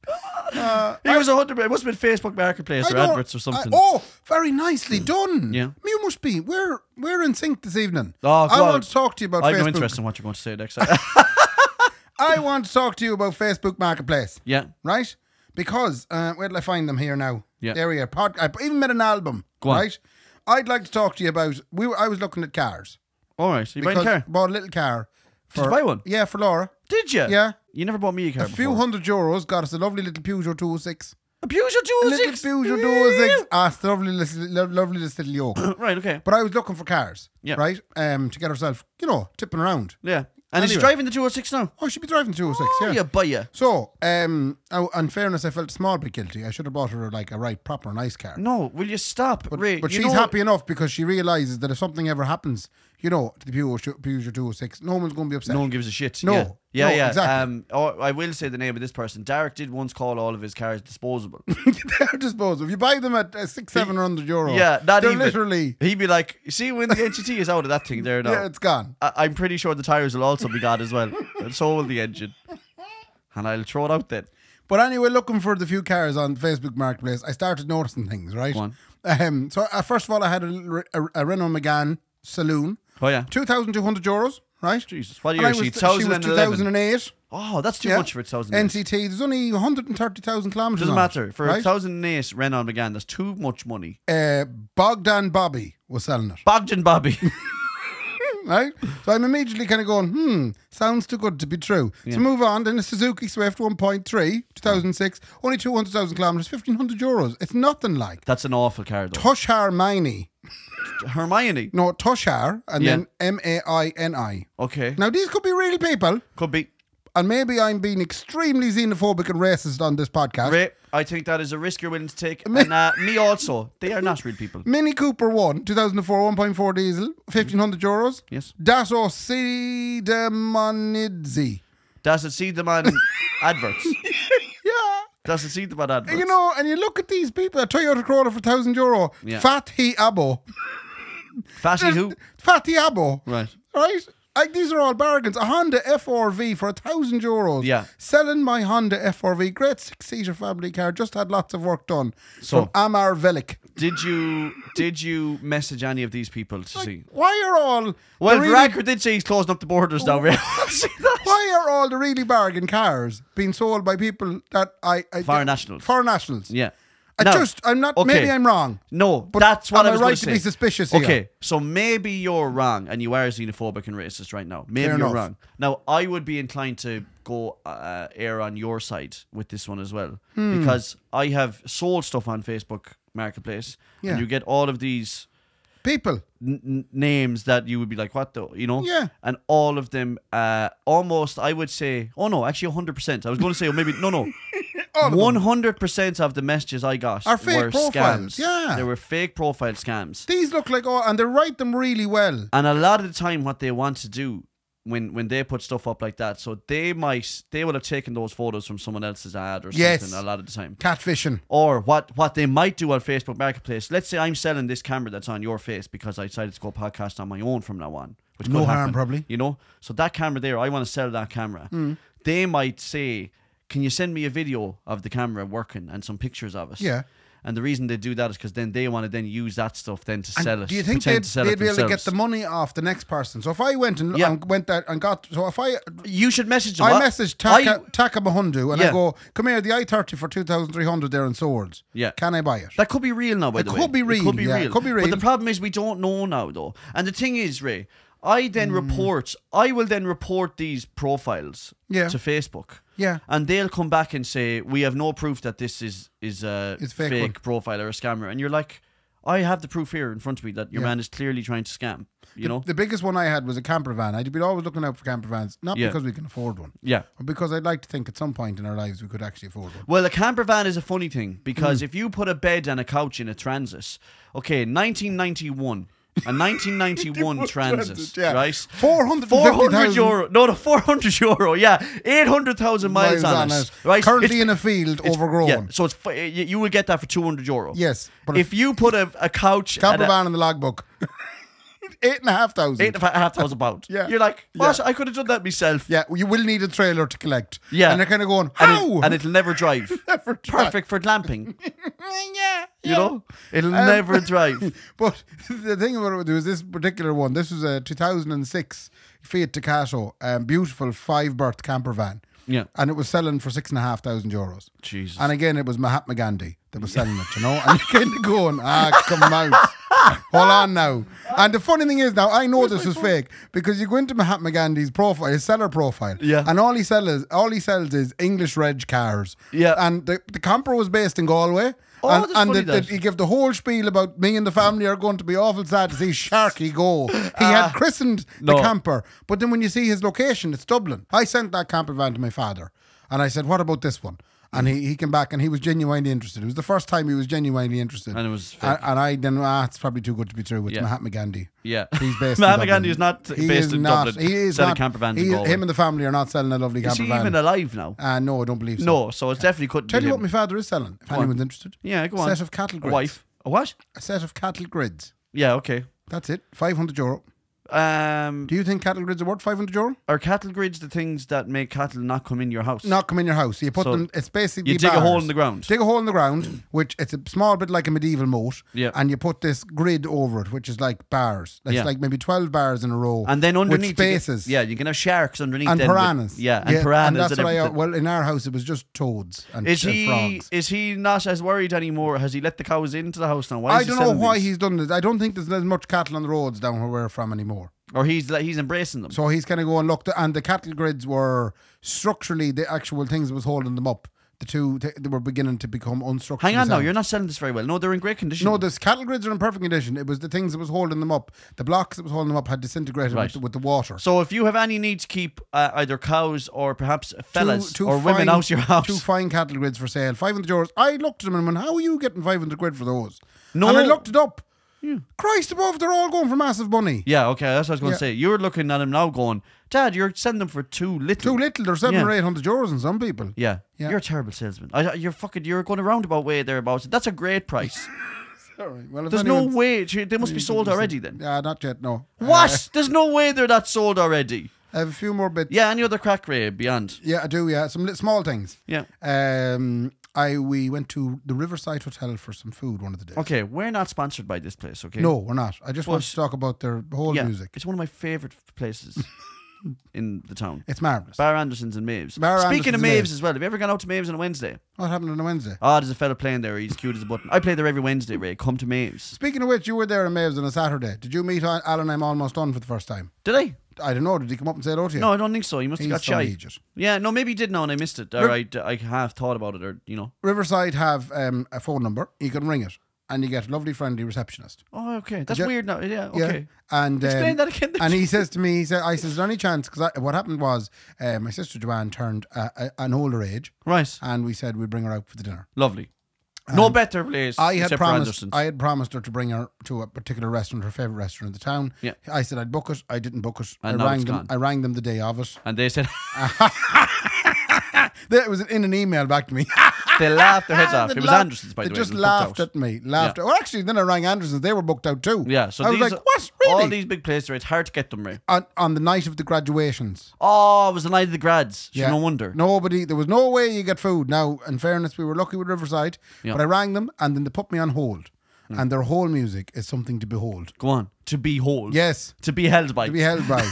Speaker 3: he was a 100. It must have been Facebook Marketplace or
Speaker 2: I don't-
Speaker 3: adverts or something. Hmm.
Speaker 2: I- oh, very nicely done.
Speaker 3: Yeah.
Speaker 2: You must be. We're we're in sync this evening.
Speaker 3: Oh,
Speaker 2: I
Speaker 3: God.
Speaker 2: want to talk to you about
Speaker 3: I have
Speaker 2: Facebook.
Speaker 3: no interest in what you're going to say next. time.
Speaker 2: I want to talk to you about Facebook Marketplace.
Speaker 3: yeah.
Speaker 2: Right? Because uh, where till I find them here now?
Speaker 3: Yeah.
Speaker 2: There we are. Pod- I even made an album.
Speaker 3: Go on.
Speaker 2: Right? I'd like to talk to you about. We were, I was looking at cars.
Speaker 3: All right. So you buying a
Speaker 2: Because
Speaker 3: car?
Speaker 2: Bought a little car.
Speaker 3: Did
Speaker 2: For,
Speaker 3: you buy one?
Speaker 2: Yeah, for Laura.
Speaker 3: Did you?
Speaker 2: Yeah.
Speaker 3: You never bought me a car.
Speaker 2: A few hundred euros got us a lovely little Peugeot 206.
Speaker 3: Abuse
Speaker 2: A
Speaker 3: your
Speaker 2: little Peugeot 206. Ah, it's lovely, little- lo- lovely this little yoke.
Speaker 3: Right. Okay.
Speaker 2: But I was looking for cars,
Speaker 3: Yeah.
Speaker 2: right? Um, to get herself, you know, tipping around.
Speaker 3: Yeah. And he's
Speaker 2: Anyway.
Speaker 3: driving the 206 now.
Speaker 2: Oh, she'd be driving the 206,
Speaker 3: Oh,
Speaker 2: yeah.
Speaker 3: you buyer.
Speaker 2: So, um, I, in fairness, I felt a small bit guilty. I should have bought her like a right, proper, nice car.
Speaker 3: No, will you stop, Ray?
Speaker 2: but
Speaker 3: you
Speaker 2: she's
Speaker 3: know-
Speaker 2: happy enough because she realizes that if something ever happens, you know, to the Peugeot, Peugeot 206, no one's going to be upset.
Speaker 3: No one gives a shit.
Speaker 2: No,
Speaker 3: yeah, yeah,
Speaker 2: no,
Speaker 3: yeah.
Speaker 2: exactly.
Speaker 3: Um, oh, I will say the name of this person. Derek did once call all of his cars disposable.
Speaker 2: Oh. They're disposable. If you buy them at uh, six, seven hundred euro,
Speaker 3: yeah, not
Speaker 2: they're
Speaker 3: even.
Speaker 2: literally,
Speaker 3: He'd be like, "You "See, when the NGT is out of that thing there now,
Speaker 2: yeah, it's gone.
Speaker 3: I- I'm pretty sure the tires will also be gone as well, and so will the engine." And I'll throw it out then.
Speaker 2: But anyway, looking for the few cars on Facebook Marketplace, I started noticing things, right?
Speaker 3: Go on.
Speaker 2: Um, so uh, first of all, I had a, little re- a, a Renault Megane saloon,
Speaker 3: Oh yeah,
Speaker 2: two thousand two hundred euros, right?
Speaker 3: Jesus, what
Speaker 2: And
Speaker 3: year
Speaker 2: I
Speaker 3: is
Speaker 2: was- she
Speaker 3: she?
Speaker 2: was
Speaker 3: 2011.
Speaker 2: two thousand and eight.
Speaker 3: Oh, that's too
Speaker 2: yeah.
Speaker 3: much for a thousand.
Speaker 2: NCT. There's only one hundred and thirty thousand kilometers.
Speaker 3: Doesn't
Speaker 2: on it,
Speaker 3: matter for a
Speaker 2: right?
Speaker 3: thousand and eight Renault Megane. That's too much money.
Speaker 2: Uh, Bogdan Bobby was selling it,
Speaker 3: Bogdan Bobby.
Speaker 2: right? So I'm immediately kind of going, hmm, sounds too good to be true. So move on. Then a Suzuki Swift 1.3, 2006, only 200,000 kilometers, 1,500 euros. It's nothing like.
Speaker 3: that's an awful car though.
Speaker 2: Tushar Miney.
Speaker 3: Hermione.
Speaker 2: No, Tushar and
Speaker 3: Yeah.
Speaker 2: then M A I N I.
Speaker 3: Okay,
Speaker 2: Now, these could be real people,
Speaker 3: could be.
Speaker 2: and maybe I'm being extremely xenophobic and racist on this podcast.
Speaker 3: Ray, I think that is a risk you're willing to take. And uh, me also. They are not real people.
Speaker 2: Mini Cooper 1, 2004, 1.4 diesel, 1,500 euros.
Speaker 3: Yes.
Speaker 2: Dasso Sidemonidze.
Speaker 3: Does it see them on adverts?
Speaker 2: Yeah.
Speaker 3: Does it see them on adverts?
Speaker 2: You know, and you look at these people, a Toyota Corolla for 1,000 euro.
Speaker 3: Yeah.
Speaker 2: Fatih Abo.
Speaker 3: Fatty who?
Speaker 2: Fatih Abo.
Speaker 3: Right.
Speaker 2: Right? Like, these are all bargains. A Honda FRV for a thousand euros.
Speaker 3: Yeah.
Speaker 2: Selling my Honda FRV, great six-seater family car. Just had lots of work done.
Speaker 3: So-
Speaker 2: from Amar Velik.
Speaker 3: Did you did you message any of these people to see?
Speaker 2: Why are all
Speaker 3: Well,
Speaker 2: the really-
Speaker 3: Racker did say he's closing up the borders now. Ray. See that?
Speaker 2: why are all the really bargain cars being sold by people that I, I
Speaker 3: Foreign nationals.
Speaker 2: Foreign nationals.
Speaker 3: Yeah.
Speaker 2: I
Speaker 3: Now-
Speaker 2: just I'm not.
Speaker 3: okay.
Speaker 2: Maybe I'm wrong.
Speaker 3: No,
Speaker 2: But
Speaker 3: that's what
Speaker 2: am
Speaker 3: I
Speaker 2: I
Speaker 3: was
Speaker 2: right
Speaker 3: gonna
Speaker 2: to
Speaker 3: say.
Speaker 2: be suspicious here?
Speaker 3: Okay, so maybe you're wrong, and you are xenophobic and racist right now. Maybe
Speaker 2: Fair
Speaker 3: you're
Speaker 2: enough.
Speaker 3: wrong. Now, I would be inclined to go uh, air on your side with this one as well,
Speaker 2: Hmm.
Speaker 3: because I have sold stuff on Facebook Marketplace,
Speaker 2: Yeah.
Speaker 3: and you get all of these
Speaker 2: People.
Speaker 3: n- n- names that you would be like, what the, you know?
Speaker 2: Yeah.
Speaker 3: And all of them, uh, almost, I would say, oh no, actually 100%. I was going to say, oh, maybe, no, no. 100% of the messages I got
Speaker 2: Are fake
Speaker 3: were
Speaker 2: profiles,
Speaker 3: scams.
Speaker 2: yeah.
Speaker 3: They were fake profile scams.
Speaker 2: These look like oh, and they write them really well.
Speaker 3: And a lot of the time, what they want to do when when they put stuff up like that, so they might, they will have taken those photos from someone else's ad or
Speaker 2: Yes.
Speaker 3: something a lot of the time
Speaker 2: Catfishing.
Speaker 3: or what what they might do on Facebook Marketplace. Let's say I'm selling this camera that's on your face because I decided to go podcast on my own from now on. Which
Speaker 2: No
Speaker 3: could
Speaker 2: harm,
Speaker 3: happen,
Speaker 2: probably. Hmm.
Speaker 3: You know, so that camera there, I want to sell that camera. They might say, "Can you send me a video of the camera working and some pictures of us?"
Speaker 2: Yeah.
Speaker 3: And the reason they do that is because then they want to then use that stuff then to sell it.
Speaker 2: Do you think
Speaker 3: pretend
Speaker 2: they'd,
Speaker 3: to sell
Speaker 2: they'd
Speaker 3: it
Speaker 2: be able to get
Speaker 3: themselves.
Speaker 2: the money off the next person? So if I went and,
Speaker 3: Yeah.
Speaker 2: and went there and got, so if I
Speaker 3: You should message them.
Speaker 2: I
Speaker 3: What-
Speaker 2: messaged
Speaker 3: I-
Speaker 2: Taka, Taka Mahundu and I
Speaker 3: Yeah.
Speaker 2: go, come here, the i30 for 2,300 there in swords.
Speaker 3: Yeah.
Speaker 2: Can I buy it?
Speaker 3: That could be real now, by
Speaker 2: It
Speaker 3: the
Speaker 2: could be
Speaker 3: way.
Speaker 2: real, yeah, it could be
Speaker 3: But
Speaker 2: real.
Speaker 3: the problem is we don't know now, though. And the thing is, Ray, I then
Speaker 2: Hmm.
Speaker 3: report, I will then report these profiles
Speaker 2: Yeah.
Speaker 3: to Facebook.
Speaker 2: Yeah.
Speaker 3: And they'll come back and say, we have no proof that this is, is a
Speaker 2: It's fake
Speaker 3: fake, profile or a scammer. And you're like, I have the proof here in front of me that your
Speaker 2: Yeah.
Speaker 3: man is clearly trying to scam, you know?
Speaker 2: The biggest one I had was a camper van. I'd been always looking out for camper vans, not
Speaker 3: Yeah.
Speaker 2: because we can afford one,
Speaker 3: yeah.
Speaker 2: but because I'd like to think at some point in our lives we could actually afford one.
Speaker 3: Well, a camper van is a funny thing
Speaker 2: Hmm.
Speaker 3: because if you put a bed and a couch in a transit, okay, 1991, a 1991 transit,
Speaker 2: Transit, yeah.
Speaker 3: right?
Speaker 2: 450,000
Speaker 3: 400 euro. No, no, 400 euro. Yeah, 800,000 miles, on, it. Right?
Speaker 2: Currently
Speaker 3: It's-
Speaker 2: in a field
Speaker 3: it's-
Speaker 2: overgrown.
Speaker 3: Yeah, so it's fi- y- you will get that for 200 euro.
Speaker 2: Yes, but
Speaker 3: If you put a, a couch,
Speaker 2: Camper
Speaker 3: and a-
Speaker 2: van in the logbook. Eight and a half thousand.
Speaker 3: eight and a half thousand pound,
Speaker 2: Yeah.
Speaker 3: you're like, what?
Speaker 2: Yeah.
Speaker 3: I could have done that myself.
Speaker 2: yeah, you will need a trailer to collect.
Speaker 3: Yeah.
Speaker 2: And they're kind of going,
Speaker 3: And, it-
Speaker 2: how?
Speaker 3: and it'll never drive.
Speaker 2: Never drive.
Speaker 3: Perfect for glamping.
Speaker 2: yeah.
Speaker 3: You know, it'll
Speaker 2: Um,
Speaker 3: never drive.
Speaker 2: But the thing about it, there was this particular one. This was a 2006 Fiat Ducato, um, beautiful five berth camper van.
Speaker 3: Yeah.
Speaker 2: And it was selling for six and a half thousand euros.
Speaker 3: Jesus.
Speaker 2: And again, it was Mahatma Gandhi that was selling it, you know? And you're kind of going, ah, come out. Hold on now. And the funny thing is now, I know this is fake because you go into Mahatma Gandhi's profile, his seller profile,
Speaker 3: Yeah.
Speaker 2: and all he sells, all he sells is English reg cars.
Speaker 3: Yeah.
Speaker 2: And the, the camper was based in Galway.
Speaker 3: Oh,
Speaker 2: and
Speaker 3: that's
Speaker 2: and
Speaker 3: funny,
Speaker 2: the-
Speaker 3: that.
Speaker 2: the- he gave the whole spiel about me and the family are going to be awful sad to see Sharky go. He had christened the
Speaker 3: Ah. no.
Speaker 2: camper, but then when you see his location, it's Dublin. I sent that camper van to my father, and I said, "What about this one?" And he, he came back and he was genuinely interested. It was the first time he was genuinely interested.
Speaker 3: And it was
Speaker 2: A-
Speaker 3: fake.
Speaker 2: And, I then ah, it's probably too good to be true with
Speaker 3: Yeah.
Speaker 2: Mahatma Gandhi.
Speaker 3: Yeah.
Speaker 2: He's based. in
Speaker 3: Mahatma
Speaker 2: Dublin.
Speaker 3: Gandhi is not
Speaker 2: He
Speaker 3: based
Speaker 2: is
Speaker 3: in
Speaker 2: not,
Speaker 3: Dublin.
Speaker 2: He is
Speaker 3: Selling
Speaker 2: not.
Speaker 3: camper vans in
Speaker 2: he-
Speaker 3: Galway.
Speaker 2: him and the family are not selling a lovely
Speaker 3: Is
Speaker 2: camper
Speaker 3: he
Speaker 2: van.
Speaker 3: even alive now?
Speaker 2: uh, no, I don't believe so.
Speaker 3: No, so it definitely couldn't
Speaker 2: Tell
Speaker 3: be
Speaker 2: you
Speaker 3: him.
Speaker 2: what, my father is selling. If anyone's interested,
Speaker 3: Yeah, go
Speaker 2: a
Speaker 3: on.
Speaker 2: set of cattle
Speaker 3: A
Speaker 2: grids.
Speaker 3: wife. A what?
Speaker 2: A set of cattle grids.
Speaker 3: Yeah, okay.
Speaker 2: That's it. 500 euro.
Speaker 3: Um,
Speaker 2: Do you think cattle grids are worth 500 euro?
Speaker 3: are cattle grids the things that make cattle not come in your house?
Speaker 2: Not come in your house. So you put
Speaker 3: So
Speaker 2: them, it's basically.
Speaker 3: you dig a hole
Speaker 2: bars.
Speaker 3: in the ground.
Speaker 2: Dig a hole in the ground, which it's a small bit like a medieval moat.
Speaker 3: Yeah.
Speaker 2: And you put this grid over it, which is like bars. Like It's
Speaker 3: Yeah.
Speaker 2: like maybe 12 bars in a row.
Speaker 3: And then underneath
Speaker 2: With
Speaker 3: you get-
Speaker 2: spaces.
Speaker 3: yeah, you can have sharks underneath.
Speaker 2: And
Speaker 3: then with-
Speaker 2: piranhas.
Speaker 3: yeah, and piranhas.
Speaker 2: And that's
Speaker 3: and
Speaker 2: what I.
Speaker 3: everything.
Speaker 2: Well, in our house, it was just toads and,
Speaker 3: Is
Speaker 2: and
Speaker 3: he
Speaker 2: frogs.
Speaker 3: is he not as worried anymore? Has he let the cows into the house now? Why
Speaker 2: I
Speaker 3: is he
Speaker 2: don't know
Speaker 3: selling
Speaker 2: why
Speaker 3: these?
Speaker 2: he's done this. I don't think there's as much cattle on the roads down where we're from anymore.
Speaker 3: or he's like, he's embracing them.
Speaker 2: So he's kind of going, look, the, and the cattle grids were structurally the actual things that was holding them up. The two th- they were beginning to become unstructured.
Speaker 3: Hang on now, you're not selling this very well. No, they're in great condition.
Speaker 2: No, the cattle grids are in perfect condition. It was the things that was holding them up. The blocks that was holding them up had disintegrated with,
Speaker 3: Right.
Speaker 2: the, with the water.
Speaker 3: So if you have any need to keep uh, either cows or perhaps fellas
Speaker 2: Two- two
Speaker 3: or women
Speaker 2: fine-
Speaker 3: out your house,
Speaker 2: Two fine cattle grids for sale. 500 euros. I looked at them and went, how are you getting 500 quid for those?
Speaker 3: No.
Speaker 2: And I looked it up. Christ above, they're all going for massive money.
Speaker 3: yeah, okay, that's what I was going
Speaker 2: Yeah.
Speaker 3: to say. You're looking at them now, going, Dad, you're sending them for too little.
Speaker 2: Too little. They're seven
Speaker 3: Yeah.
Speaker 2: or 800 euros in some people.
Speaker 3: Yeah.
Speaker 2: Yeah.
Speaker 3: you're a terrible salesman. I, you're fucking. You're going a roundabout way thereabouts. That's a great price.
Speaker 2: Sorry. Well, if
Speaker 3: There's no
Speaker 2: anyone-
Speaker 3: way. They must be sold already then.
Speaker 2: Yeah, not yet, no. Uh,
Speaker 3: What? There's no way they're not sold already.
Speaker 2: I have a few more bits.
Speaker 3: Yeah, any other crack ray beyond?
Speaker 2: Yeah, I do. Yeah, some little small things.
Speaker 3: Yeah.
Speaker 2: Um, I we went to the Riverside Hotel for some food one of the days.
Speaker 3: Okay, we're not sponsored by this place. Okay.
Speaker 2: No, we're not. I just want
Speaker 3: But-
Speaker 2: to talk about their whole
Speaker 3: Yeah,
Speaker 2: music.
Speaker 3: it's one of my favorite places in the town.
Speaker 2: It's marvelous.
Speaker 3: Bar Anderson's and Maves.
Speaker 2: Bar
Speaker 3: Speaking
Speaker 2: Anderson's
Speaker 3: of
Speaker 2: and
Speaker 3: Maves
Speaker 2: Maves.
Speaker 3: as well, have you ever gone out to Maves on a Wednesday?
Speaker 2: what happened on a Wednesday?
Speaker 3: Ah, there's a fella playing there. He's cute as a button. I play there every Wednesday, Ray. Come to Maves.
Speaker 2: Speaking of which, you were there in Maves on a Saturday. Did you meet Al- Alan? I'm almost done for the first time.
Speaker 3: Did I?
Speaker 2: I don't know. Did he come up and say hello to you?
Speaker 3: No, I don't think so. He must have
Speaker 2: He's
Speaker 3: got
Speaker 2: some
Speaker 3: shy.
Speaker 2: idiot.
Speaker 3: Yeah, no, maybe he did now and I missed it. Or I, I half thought about it or, you know.
Speaker 2: Riverside have um, a phone number. You can ring it, and you get a lovely, friendly receptionist.
Speaker 3: Oh, okay. That's
Speaker 2: Yeah.
Speaker 3: weird now. Yeah,
Speaker 2: Yeah.
Speaker 3: okay.
Speaker 2: And um,
Speaker 3: Explain that again.
Speaker 2: and he says to me, he said, "I says, is there any chance?" Because what happened was, uh, my sister Joanne turned uh, a, an older age,
Speaker 3: Right.
Speaker 2: and we said we'd bring her out for the dinner. Lovely.
Speaker 3: no better place.
Speaker 2: Um, I had
Speaker 3: except for
Speaker 2: promised.
Speaker 3: Anderson's.
Speaker 2: I had promised her to bring her to a particular restaurant, her favorite restaurant in the town.
Speaker 3: Yeah.
Speaker 2: I said I'd book it. I didn't book it.
Speaker 3: And
Speaker 2: I
Speaker 3: now
Speaker 2: rang
Speaker 3: it's
Speaker 2: them.
Speaker 3: gone.
Speaker 2: I rang them the day of it.
Speaker 3: and they said,
Speaker 2: There- It was in an email back to me.
Speaker 3: They laughed their heads off.
Speaker 2: They
Speaker 3: It was
Speaker 2: laugh-
Speaker 3: Anderson's, by
Speaker 2: They
Speaker 3: the way. It
Speaker 2: just
Speaker 3: was booked
Speaker 2: laughed
Speaker 3: out.
Speaker 2: at me. Laughed.
Speaker 3: Yeah.
Speaker 2: Well, actually, then I rang Anderson's. They were booked out too.
Speaker 3: Yeah, so
Speaker 2: I was
Speaker 3: these
Speaker 2: like,
Speaker 3: are-
Speaker 2: "What? Really?"
Speaker 3: All these big places, it's hard to get them, right?
Speaker 2: on, on the night of the graduations.
Speaker 3: Oh, it was the night of the grads. So No wonder.
Speaker 2: Nobody, there was no way you get food. Now, in fairness, we were lucky with Riverside,
Speaker 3: Yeah.
Speaker 2: but I rang them and then they put me on hold. And their whole music is something to behold.
Speaker 3: Go on. To be whole.
Speaker 2: Yes,
Speaker 3: To be held by.
Speaker 2: to be held by.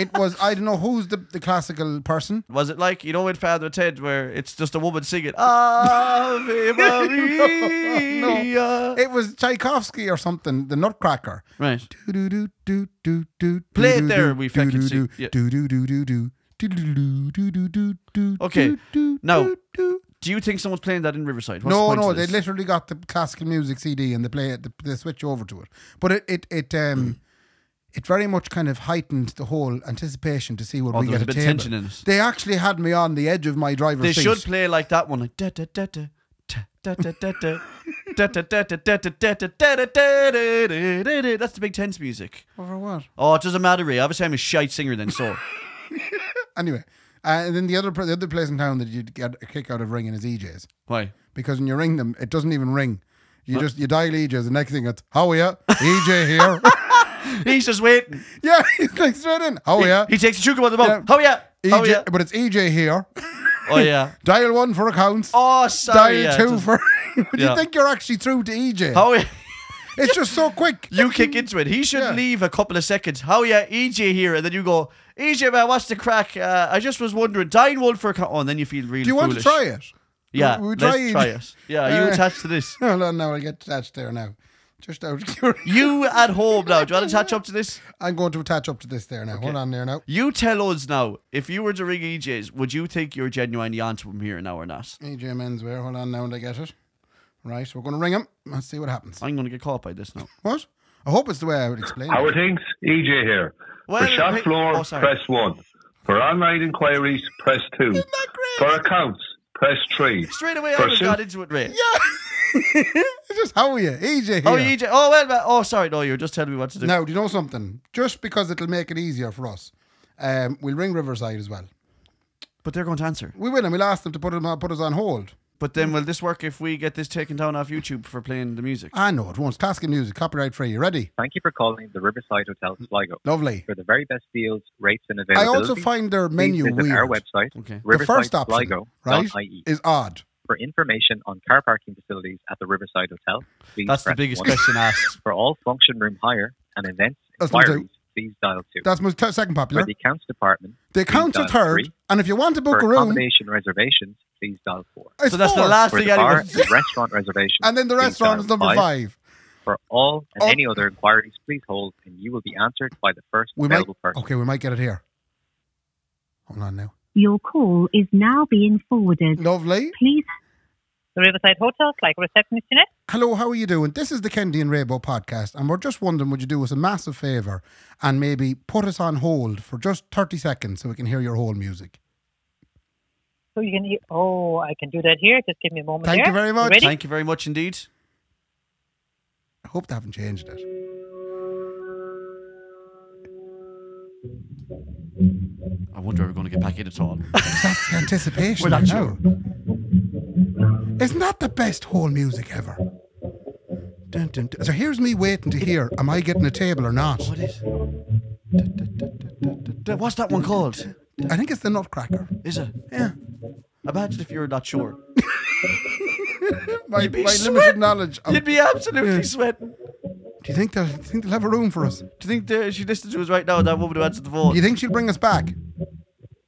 Speaker 2: it was, I don't know who's the, the classical person.
Speaker 3: was it like, you know, in Father Ted, where it's just a woman singing, Ave Maria?
Speaker 2: It was Tchaikovsky or something, the Nutcracker.
Speaker 3: Right.
Speaker 2: Play
Speaker 3: Play it there, we fucking sing. Yeah. Okay, now, Do you think someone's playing that in Riverside? What's the
Speaker 2: No,
Speaker 3: point
Speaker 2: no,
Speaker 3: of
Speaker 2: they
Speaker 3: this?
Speaker 2: literally got the classical music CD and they play it. They switch over to it, but it it it um it very much kind of heightened the whole anticipation to see what
Speaker 3: Oh,
Speaker 2: we
Speaker 3: there was
Speaker 2: get a
Speaker 3: a bit
Speaker 2: table.
Speaker 3: tension in it.
Speaker 2: They actually had me on the edge of my driver's
Speaker 3: They
Speaker 2: seat.
Speaker 3: should play like that one, like da da da da. That's the big tense music.
Speaker 2: over what?
Speaker 3: Oh, it doesn't matter, Ray. Obviously, I'm a shite singer then, so.
Speaker 2: Anyway, uh, and then the other pl- the other place in town that you'd get a kick out of ringing is EJ's
Speaker 3: Why?
Speaker 2: because when you ring them, it doesn't even ring. You just you dial EJ's. The next thing it's how are you? EJ here.
Speaker 3: He's just waiting.
Speaker 2: yeah, he's like straight in. How are you?
Speaker 3: He takes the sugar by the mouth.
Speaker 2: Yeah.
Speaker 3: Oh, yeah. Oh,
Speaker 2: EJ,
Speaker 3: yeah.
Speaker 2: but it's EJ here.
Speaker 3: Oh, yeah.
Speaker 2: Dial one for accounts.
Speaker 3: Oh,
Speaker 2: dial
Speaker 3: sorry. yeah, it
Speaker 2: two
Speaker 3: doesn't-
Speaker 2: for. Would
Speaker 3: Yeah.
Speaker 2: you think you're actually through to EJ?
Speaker 3: Oh, yeah.
Speaker 2: It's just so quick.
Speaker 3: You kick into it. He should
Speaker 2: Yeah.
Speaker 3: leave a couple of seconds. How yeah, EJ here, and then you go, EJ man, what's the crack? Uh, I just was wondering, Dine Wood for a co-" oh, and then you feel really.
Speaker 2: Do you want
Speaker 3: foolish.
Speaker 2: to try it?
Speaker 3: Yeah,
Speaker 2: We- we
Speaker 3: let's
Speaker 2: try
Speaker 3: try
Speaker 2: it.
Speaker 3: it. Yeah, you
Speaker 2: Uh,
Speaker 3: attach to this.
Speaker 2: Hold on, now I'll get attached there now. Just out of curiosity.
Speaker 3: You at home now? Do you want to attach up to this?
Speaker 2: I'm going to attach up to this there now. Hold on there now.
Speaker 3: You tell us now. If you were to ring EJ's, would you think you're genuinely onto him here now or not?
Speaker 2: EJ E menswear. Hold on now and I get it. Right, we're going to ring him. Let's see what happens.
Speaker 3: I'm going to get caught by this now.
Speaker 2: What? I hope it's the way I would explain
Speaker 4: How are
Speaker 2: it.
Speaker 4: things? EJ here.
Speaker 3: Well,
Speaker 4: For shop
Speaker 3: hey-
Speaker 4: floor,
Speaker 3: oh, sorry.
Speaker 4: press 1. For online inquiries, press 2. For accounts, press 3.
Speaker 3: Straight away, I
Speaker 4: For
Speaker 3: would have
Speaker 4: sim-
Speaker 3: got into it, Ray.
Speaker 2: It's just how are you? EJ here.
Speaker 3: Oh, EJ. Oh well. well, Oh, sorry. No, you're just telling me what to do.
Speaker 2: Now, do you know something? Just because it'll make it easier for us, um, we'll ring Riverside as well.
Speaker 3: But they're going to answer.
Speaker 2: We will, and we'll ask them to put, them, put us on hold.
Speaker 3: But then, will this work if we get this taken down off YouTube for playing the music?
Speaker 2: I know it once. Classical music, copyright free. You ready?
Speaker 5: Thank you for calling the Riverside Hotel Sligo.
Speaker 2: Lovely.
Speaker 5: For the very best deals, rates, and
Speaker 2: Mm. I
Speaker 5: availability,
Speaker 2: also find their
Speaker 5: please
Speaker 2: menu
Speaker 5: visit
Speaker 2: weird.
Speaker 5: our website,
Speaker 3: Okay.
Speaker 2: the first
Speaker 5: riverside
Speaker 2: option,
Speaker 5: sligo
Speaker 2: right,
Speaker 5: dot E. IE.
Speaker 2: is odd.
Speaker 5: For information on car parking facilities at the Riverside Hotel, please
Speaker 3: That's the
Speaker 5: press
Speaker 3: biggest
Speaker 5: one.
Speaker 3: question asked.
Speaker 5: For all function room hire and events
Speaker 2: That's number two.
Speaker 5: inquiries, please dial 2.
Speaker 2: That's my t- second popular.
Speaker 5: for the accounts department,
Speaker 2: They
Speaker 5: please
Speaker 2: count to
Speaker 5: dial
Speaker 2: third,
Speaker 5: 3.
Speaker 2: and if you want to book
Speaker 5: for
Speaker 2: a room,
Speaker 5: accommodation reservations, please dial 4.
Speaker 2: it's
Speaker 3: So that's the
Speaker 2: fourth.
Speaker 3: last
Speaker 5: For the
Speaker 3: thing
Speaker 5: bar
Speaker 3: anyone.
Speaker 5: and restaurant reservations,
Speaker 2: And then the
Speaker 5: please
Speaker 2: restaurant
Speaker 5: dial
Speaker 2: is number five.
Speaker 5: For all and
Speaker 2: Oh.
Speaker 5: any other inquiries, please hold, and you will be answered by the first
Speaker 2: We might.
Speaker 5: available person.
Speaker 2: Okay, we might get it here. Hold on now.
Speaker 6: Your call is now being forwarded.
Speaker 2: Lovely.
Speaker 6: Please
Speaker 7: the Riverside Hotel, like receptionist unit.
Speaker 2: Hello, how are you doing? This is the Kendi and Raybo podcast, and we're just wondering would you do us a massive favour and maybe put us on hold for just 30 seconds so we can hear your whole music?
Speaker 7: So you can, oh, I can do that here. Just give me a moment.
Speaker 2: Thank
Speaker 7: here.
Speaker 2: you very much.
Speaker 7: Ready?
Speaker 3: Thank you very much indeed.
Speaker 2: I hope they haven't changed it.
Speaker 3: I wonder if we're going to get back in at all.
Speaker 2: That's the anticipation.
Speaker 3: We're not
Speaker 2: I
Speaker 3: sure.
Speaker 2: know. Isn't that the best whole music ever? Dun, dun, dun. So here's me waiting to hear am I getting a table or not?
Speaker 3: what is? What's that one called?
Speaker 2: I think it's the Nutcracker.
Speaker 3: Is it?
Speaker 2: Yeah.
Speaker 3: Imagine if you're not sure.
Speaker 2: My,
Speaker 3: You'd be
Speaker 2: my limited
Speaker 3: sweating.
Speaker 2: knowledge. Of,
Speaker 3: You'd be absolutely sweating. Do
Speaker 2: do you think they'll, do you think they'll have a room for us?
Speaker 3: you think that if she listened to us right now, that woman who answered the phone?
Speaker 2: Do you think she'll bring us back?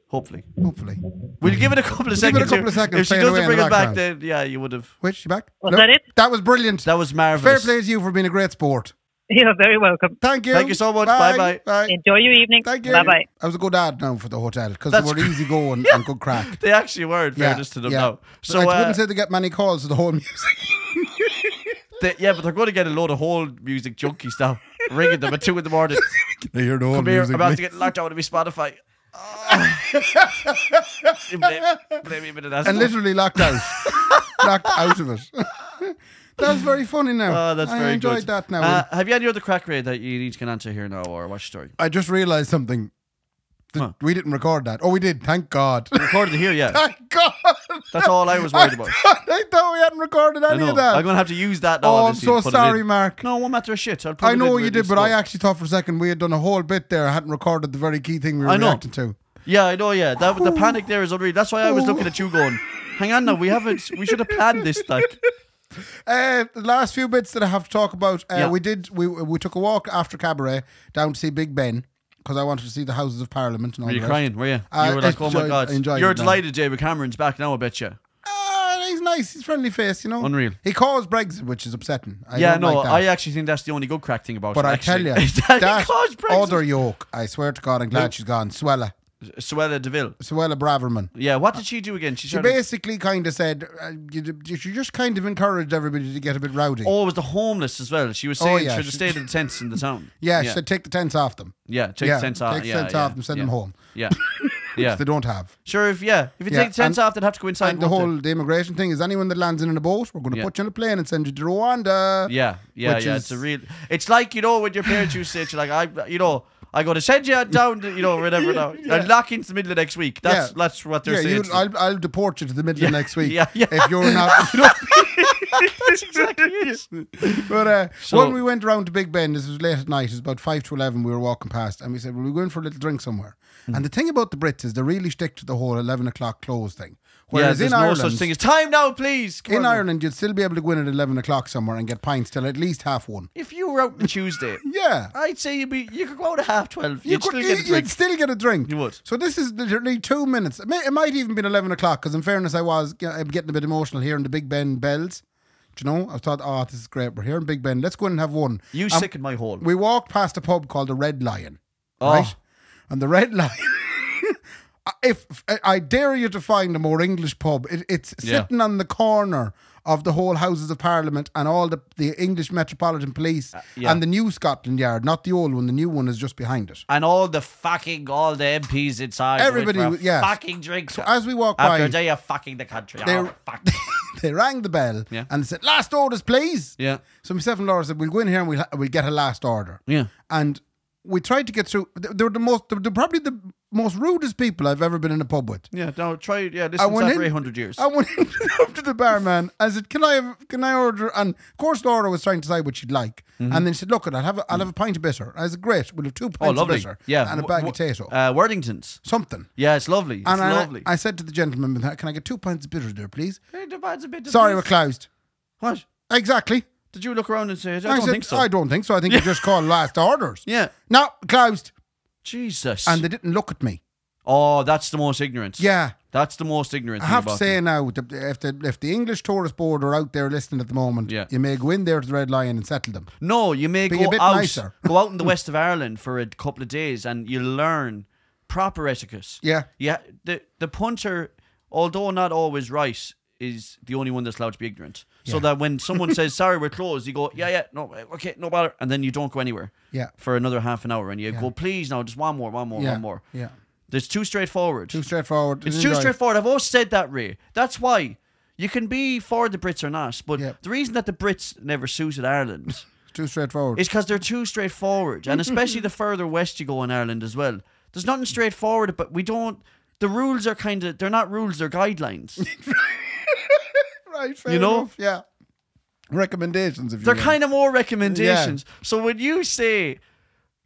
Speaker 3: Hopefully.
Speaker 2: Hopefully.
Speaker 3: We'll give it a couple of
Speaker 2: We'll
Speaker 3: seconds.
Speaker 2: give it a couple
Speaker 3: here.
Speaker 2: of seconds,
Speaker 3: If she
Speaker 2: fade away
Speaker 3: doesn't
Speaker 2: in
Speaker 3: bring
Speaker 2: the
Speaker 3: us back,
Speaker 2: background.
Speaker 3: then yeah, you would have.
Speaker 2: Which you back?
Speaker 7: Was that it?
Speaker 2: That was brilliant.
Speaker 3: That was
Speaker 2: Fair
Speaker 3: marvelous.
Speaker 2: play to you for being a great sport.
Speaker 7: You're very welcome.
Speaker 2: Thank you.
Speaker 3: Thank you so much. Bye-bye.
Speaker 2: Bye.
Speaker 7: Enjoy your evening.
Speaker 2: Thank you.
Speaker 7: Bye bye.
Speaker 2: I was a good ad now for the hotel because they
Speaker 3: That's
Speaker 2: were
Speaker 3: great.
Speaker 2: easy going and good crack.
Speaker 3: They actually were, in fairness to them now. So,
Speaker 2: So I
Speaker 3: uh,
Speaker 2: wouldn't say they get many calls to the whole music.
Speaker 3: they- yeah, but they're going to get a load of whole music junkies now, ringing them at two in the morning.
Speaker 2: They hear the whole
Speaker 3: Come here, I'm about to get locked out of my Spotify. Oh. You blame, blame me a bit of that.
Speaker 2: and
Speaker 3: stuff.
Speaker 2: literally locked out, locked out of it. that was very funny. Now,
Speaker 3: Oh, that's
Speaker 2: I
Speaker 3: very
Speaker 2: enjoyed
Speaker 3: good.
Speaker 2: that. Now,
Speaker 3: Uh, have you any other crack raid that you need to get onto here now, or what's your story?
Speaker 2: I just realised something. That
Speaker 3: Huh.
Speaker 2: We didn't record that. Oh, we did. Thank God.
Speaker 3: Recorded here, yeah.
Speaker 2: Thank God.
Speaker 3: That's all I was worried about.
Speaker 2: I thought we hadn't recorded
Speaker 3: I
Speaker 2: any
Speaker 3: know.
Speaker 2: of that.
Speaker 3: I'm gonna have to use that now.
Speaker 2: oh, I'm
Speaker 3: obviously, to
Speaker 2: so
Speaker 3: put it
Speaker 2: sorry,
Speaker 3: in.
Speaker 2: Mark.
Speaker 3: No, one matter a shit. I'll put
Speaker 2: I
Speaker 3: it
Speaker 2: know
Speaker 3: in
Speaker 2: you
Speaker 3: really
Speaker 2: did, but I
Speaker 3: slow.
Speaker 2: actually thought for a second we had done a whole bit there, hadn't recorded the very key thing we were
Speaker 3: I know.
Speaker 2: reacting to.
Speaker 3: Yeah, I know. Yeah, that the panic there is unreal. That's why I was looking at you going, "Hang on, now we haven't. We should have planned this." Like,
Speaker 2: Uh, the last few bits that I have to talk about, uh,
Speaker 3: Yeah.
Speaker 2: we did we we took a walk after cabaret down to see Big Ben because I wanted to see the Houses of Parliament and all
Speaker 3: were you
Speaker 2: that.
Speaker 3: crying? Were you?
Speaker 2: I
Speaker 3: you were like, "Oh my
Speaker 2: enjoyed-
Speaker 3: god!"
Speaker 2: I enjoyed
Speaker 3: You're
Speaker 2: it now.
Speaker 3: delighted, David Cameron's back now. I bet you.
Speaker 2: Ah, he's nice. He's friendly face, you know.
Speaker 3: Unreal.
Speaker 2: He calls Brexit, which is upsetting. I
Speaker 3: yeah,
Speaker 2: don't
Speaker 3: no,
Speaker 2: like that.
Speaker 3: I actually think that's the only good crack thing about
Speaker 2: But
Speaker 3: it.
Speaker 2: I tell
Speaker 3: actually.
Speaker 2: you,
Speaker 3: Is that,
Speaker 2: that
Speaker 3: he caused Brexit.
Speaker 2: other yoke, I swear to God, I'm glad she's gone. Swella,
Speaker 3: Suella Deville.
Speaker 2: Swella Braverman.
Speaker 3: Yeah, what did she do again? She
Speaker 2: She
Speaker 3: started.
Speaker 2: basically kind of said, uh, you, you she just kind of encouraged everybody to get a bit rowdy.
Speaker 3: Oh, it was the homeless as well. She was
Speaker 2: Oh,
Speaker 3: saying
Speaker 2: yeah,
Speaker 3: she should have
Speaker 2: she-
Speaker 3: stayed in the tents in the town.
Speaker 2: yeah,
Speaker 3: yeah,
Speaker 2: she said, take the tents off them.
Speaker 3: yeah take
Speaker 2: yeah,
Speaker 3: the tents off.
Speaker 2: take the
Speaker 3: yeah,
Speaker 2: tents
Speaker 3: yeah,
Speaker 2: off and send
Speaker 3: yeah.
Speaker 2: them home.
Speaker 3: Yeah, yeah.
Speaker 2: They don't have.
Speaker 3: Sure, if yeah, if you
Speaker 2: Yeah,
Speaker 3: take the
Speaker 2: and-
Speaker 3: tents off, they'd have to go inside.
Speaker 2: and the
Speaker 3: wouldn't they?
Speaker 2: whole the immigration thing is anyone that lands in a boat, we're going to
Speaker 3: Yeah.
Speaker 2: put you on a plane and send you to Rwanda.
Speaker 3: Yeah, yeah,
Speaker 2: which
Speaker 3: yeah.
Speaker 2: is-
Speaker 3: It's a real. It's like you know when your parents used to say, like I, you know, I got to send you down, to, you know, whatever. Now and lock into the middle of next week. That's
Speaker 2: Yeah.
Speaker 3: that's what they're
Speaker 2: Yeah,
Speaker 3: saying.
Speaker 2: you,
Speaker 3: to them.
Speaker 2: I'll, I'll deport you to the middle
Speaker 3: Yeah,
Speaker 2: of next week
Speaker 3: yeah, yeah.
Speaker 2: if you're not. you know,
Speaker 3: that's exactly it.
Speaker 2: but uh,
Speaker 3: So-
Speaker 2: when we went around to Big Ben, this was late at night. It was about five to eleven. We were walking past, and we said, "Well, we're going for a little drink somewhere."
Speaker 3: Hmm.
Speaker 2: And the thing about the Brits is they really stick to the whole eleven o'clock close thing.
Speaker 3: Yeah,
Speaker 2: Whereas
Speaker 3: there's
Speaker 2: in
Speaker 3: no
Speaker 2: Ireland,
Speaker 3: such thing as time now, please. Come
Speaker 2: in
Speaker 3: on.
Speaker 2: Ireland, you'd still be able to go in at eleven o'clock somewhere and get pints till at least half one.
Speaker 3: if you were out on Tuesday,
Speaker 2: Yeah,
Speaker 3: I'd say you'd be. You could go out at half twelve.
Speaker 2: You
Speaker 3: You'd
Speaker 2: could,
Speaker 3: still get a
Speaker 2: you'd
Speaker 3: drink.
Speaker 2: still get a drink.
Speaker 3: You would.
Speaker 2: So this is literally two minutes. It, may, it might even been eleven o'clock because, in fairness, I was I'm getting a bit emotional hearing the Big Ben bells. Do you know? I thought, oh, this is great. We're here in Big Ben. Let's go in and have one.
Speaker 3: You
Speaker 2: Um,
Speaker 3: sick in my hole.
Speaker 2: We walked past a pub called the Red Lion,
Speaker 3: Oh.
Speaker 2: right? And the Red Lion. If, if I dare you to find a more English pub, it, it's
Speaker 3: Yeah.
Speaker 2: sitting on the corner of the whole Houses of Parliament and all the, the English Metropolitan Police
Speaker 3: Uh, yeah.
Speaker 2: and the new Scotland Yard, not the old one. The new one is just behind it.
Speaker 3: and all the fucking all the MPs inside. went
Speaker 2: Everybody
Speaker 3: for a
Speaker 2: was- yes.
Speaker 3: fucking drink.
Speaker 2: So as we walk
Speaker 3: after
Speaker 2: by,
Speaker 3: a day of fucking the country.
Speaker 2: they,
Speaker 3: Oh, fuck.
Speaker 2: they rang the bell
Speaker 3: Yeah.
Speaker 2: and said, "Last orders, please."
Speaker 3: Yeah.
Speaker 2: So myself and Laura said, "We'll go in here and we'll ha- we'll get a last order."
Speaker 3: Yeah.
Speaker 2: And we tried to get through. they- They were the most, they're probably the most rudest people I've ever been in a pub with.
Speaker 3: Yeah, no, try yeah, this
Speaker 2: I
Speaker 3: is
Speaker 2: went
Speaker 3: after
Speaker 2: in-
Speaker 3: eight hundred years.
Speaker 2: I went up to the barman. I said, "Can I have, can I order?" And of course, Laura was trying to decide what she'd like, and then she said, "Look, I'll have a, I'll have a pint of bitter." I said, "Great, we'll have two
Speaker 3: Mm-hmm. Oh,
Speaker 2: pints of
Speaker 3: lovely.
Speaker 2: bitter,
Speaker 3: Yeah.
Speaker 2: and a
Speaker 3: w-
Speaker 2: bag of
Speaker 3: w-
Speaker 2: potato,
Speaker 3: Uh, Worthington's.
Speaker 2: something."
Speaker 3: Yeah, it's lovely. It's
Speaker 2: And I,
Speaker 3: lovely.
Speaker 2: I said to the gentleman, "Can I get two pints of bitter there, please?"
Speaker 3: Hey, the bad's a bit
Speaker 2: Sorry, we're
Speaker 3: different.
Speaker 2: closed.
Speaker 3: What?
Speaker 2: Exactly.
Speaker 3: Did you look around and say, I don't
Speaker 2: I said,
Speaker 3: think so?
Speaker 2: I don't think so. I think you just called last orders.
Speaker 3: Yeah.
Speaker 2: No, closed.
Speaker 3: Jesus.
Speaker 2: And they didn't look at me.
Speaker 3: oh, that's the most ignorance.
Speaker 2: Yeah.
Speaker 3: That's the most ignorant
Speaker 2: I
Speaker 3: thing
Speaker 2: have to
Speaker 3: about
Speaker 2: say
Speaker 3: them.
Speaker 2: now, that if the, if the English Tourist Board are out there listening at the moment,
Speaker 3: Yeah.
Speaker 2: you may go in there to the Red Lion and settle them.
Speaker 3: No, you may
Speaker 2: Be
Speaker 3: go
Speaker 2: a bit
Speaker 3: out
Speaker 2: nicer.
Speaker 3: go out in the west of Ireland for a couple of days and you learn proper etiquette.
Speaker 2: Yeah.
Speaker 3: Yeah. The the punter, although not always right, is the only one that's allowed to be ignorant. So that when someone says, Sorry, we're closed, you go, Yeah, yeah, no okay, no bother and then you don't go anywhere.
Speaker 2: Yeah.
Speaker 3: For another half an hour and you go, please now, just one more, one more,
Speaker 2: Yeah.
Speaker 3: one more.
Speaker 2: Yeah.
Speaker 3: There's too straightforward.
Speaker 2: Too straightforward.
Speaker 3: It's
Speaker 2: Didn't
Speaker 3: too
Speaker 2: enjoy it.
Speaker 3: straightforward. I've always said that, Ray. That's why you can be for the Brits or not, but
Speaker 2: Yeah.
Speaker 3: the reason that the Brits never suited Ireland
Speaker 2: It's Too straightforward.
Speaker 3: is because they're too straightforward, and especially the further west you go in Ireland as well. There's nothing straightforward, but we don't. The rules are kind of they're not rules, they're guidelines.
Speaker 2: right, fair
Speaker 3: you know?
Speaker 2: enough. Yeah. Recommendations, if you
Speaker 3: they're
Speaker 2: will.
Speaker 3: kind of more recommendations. So when you say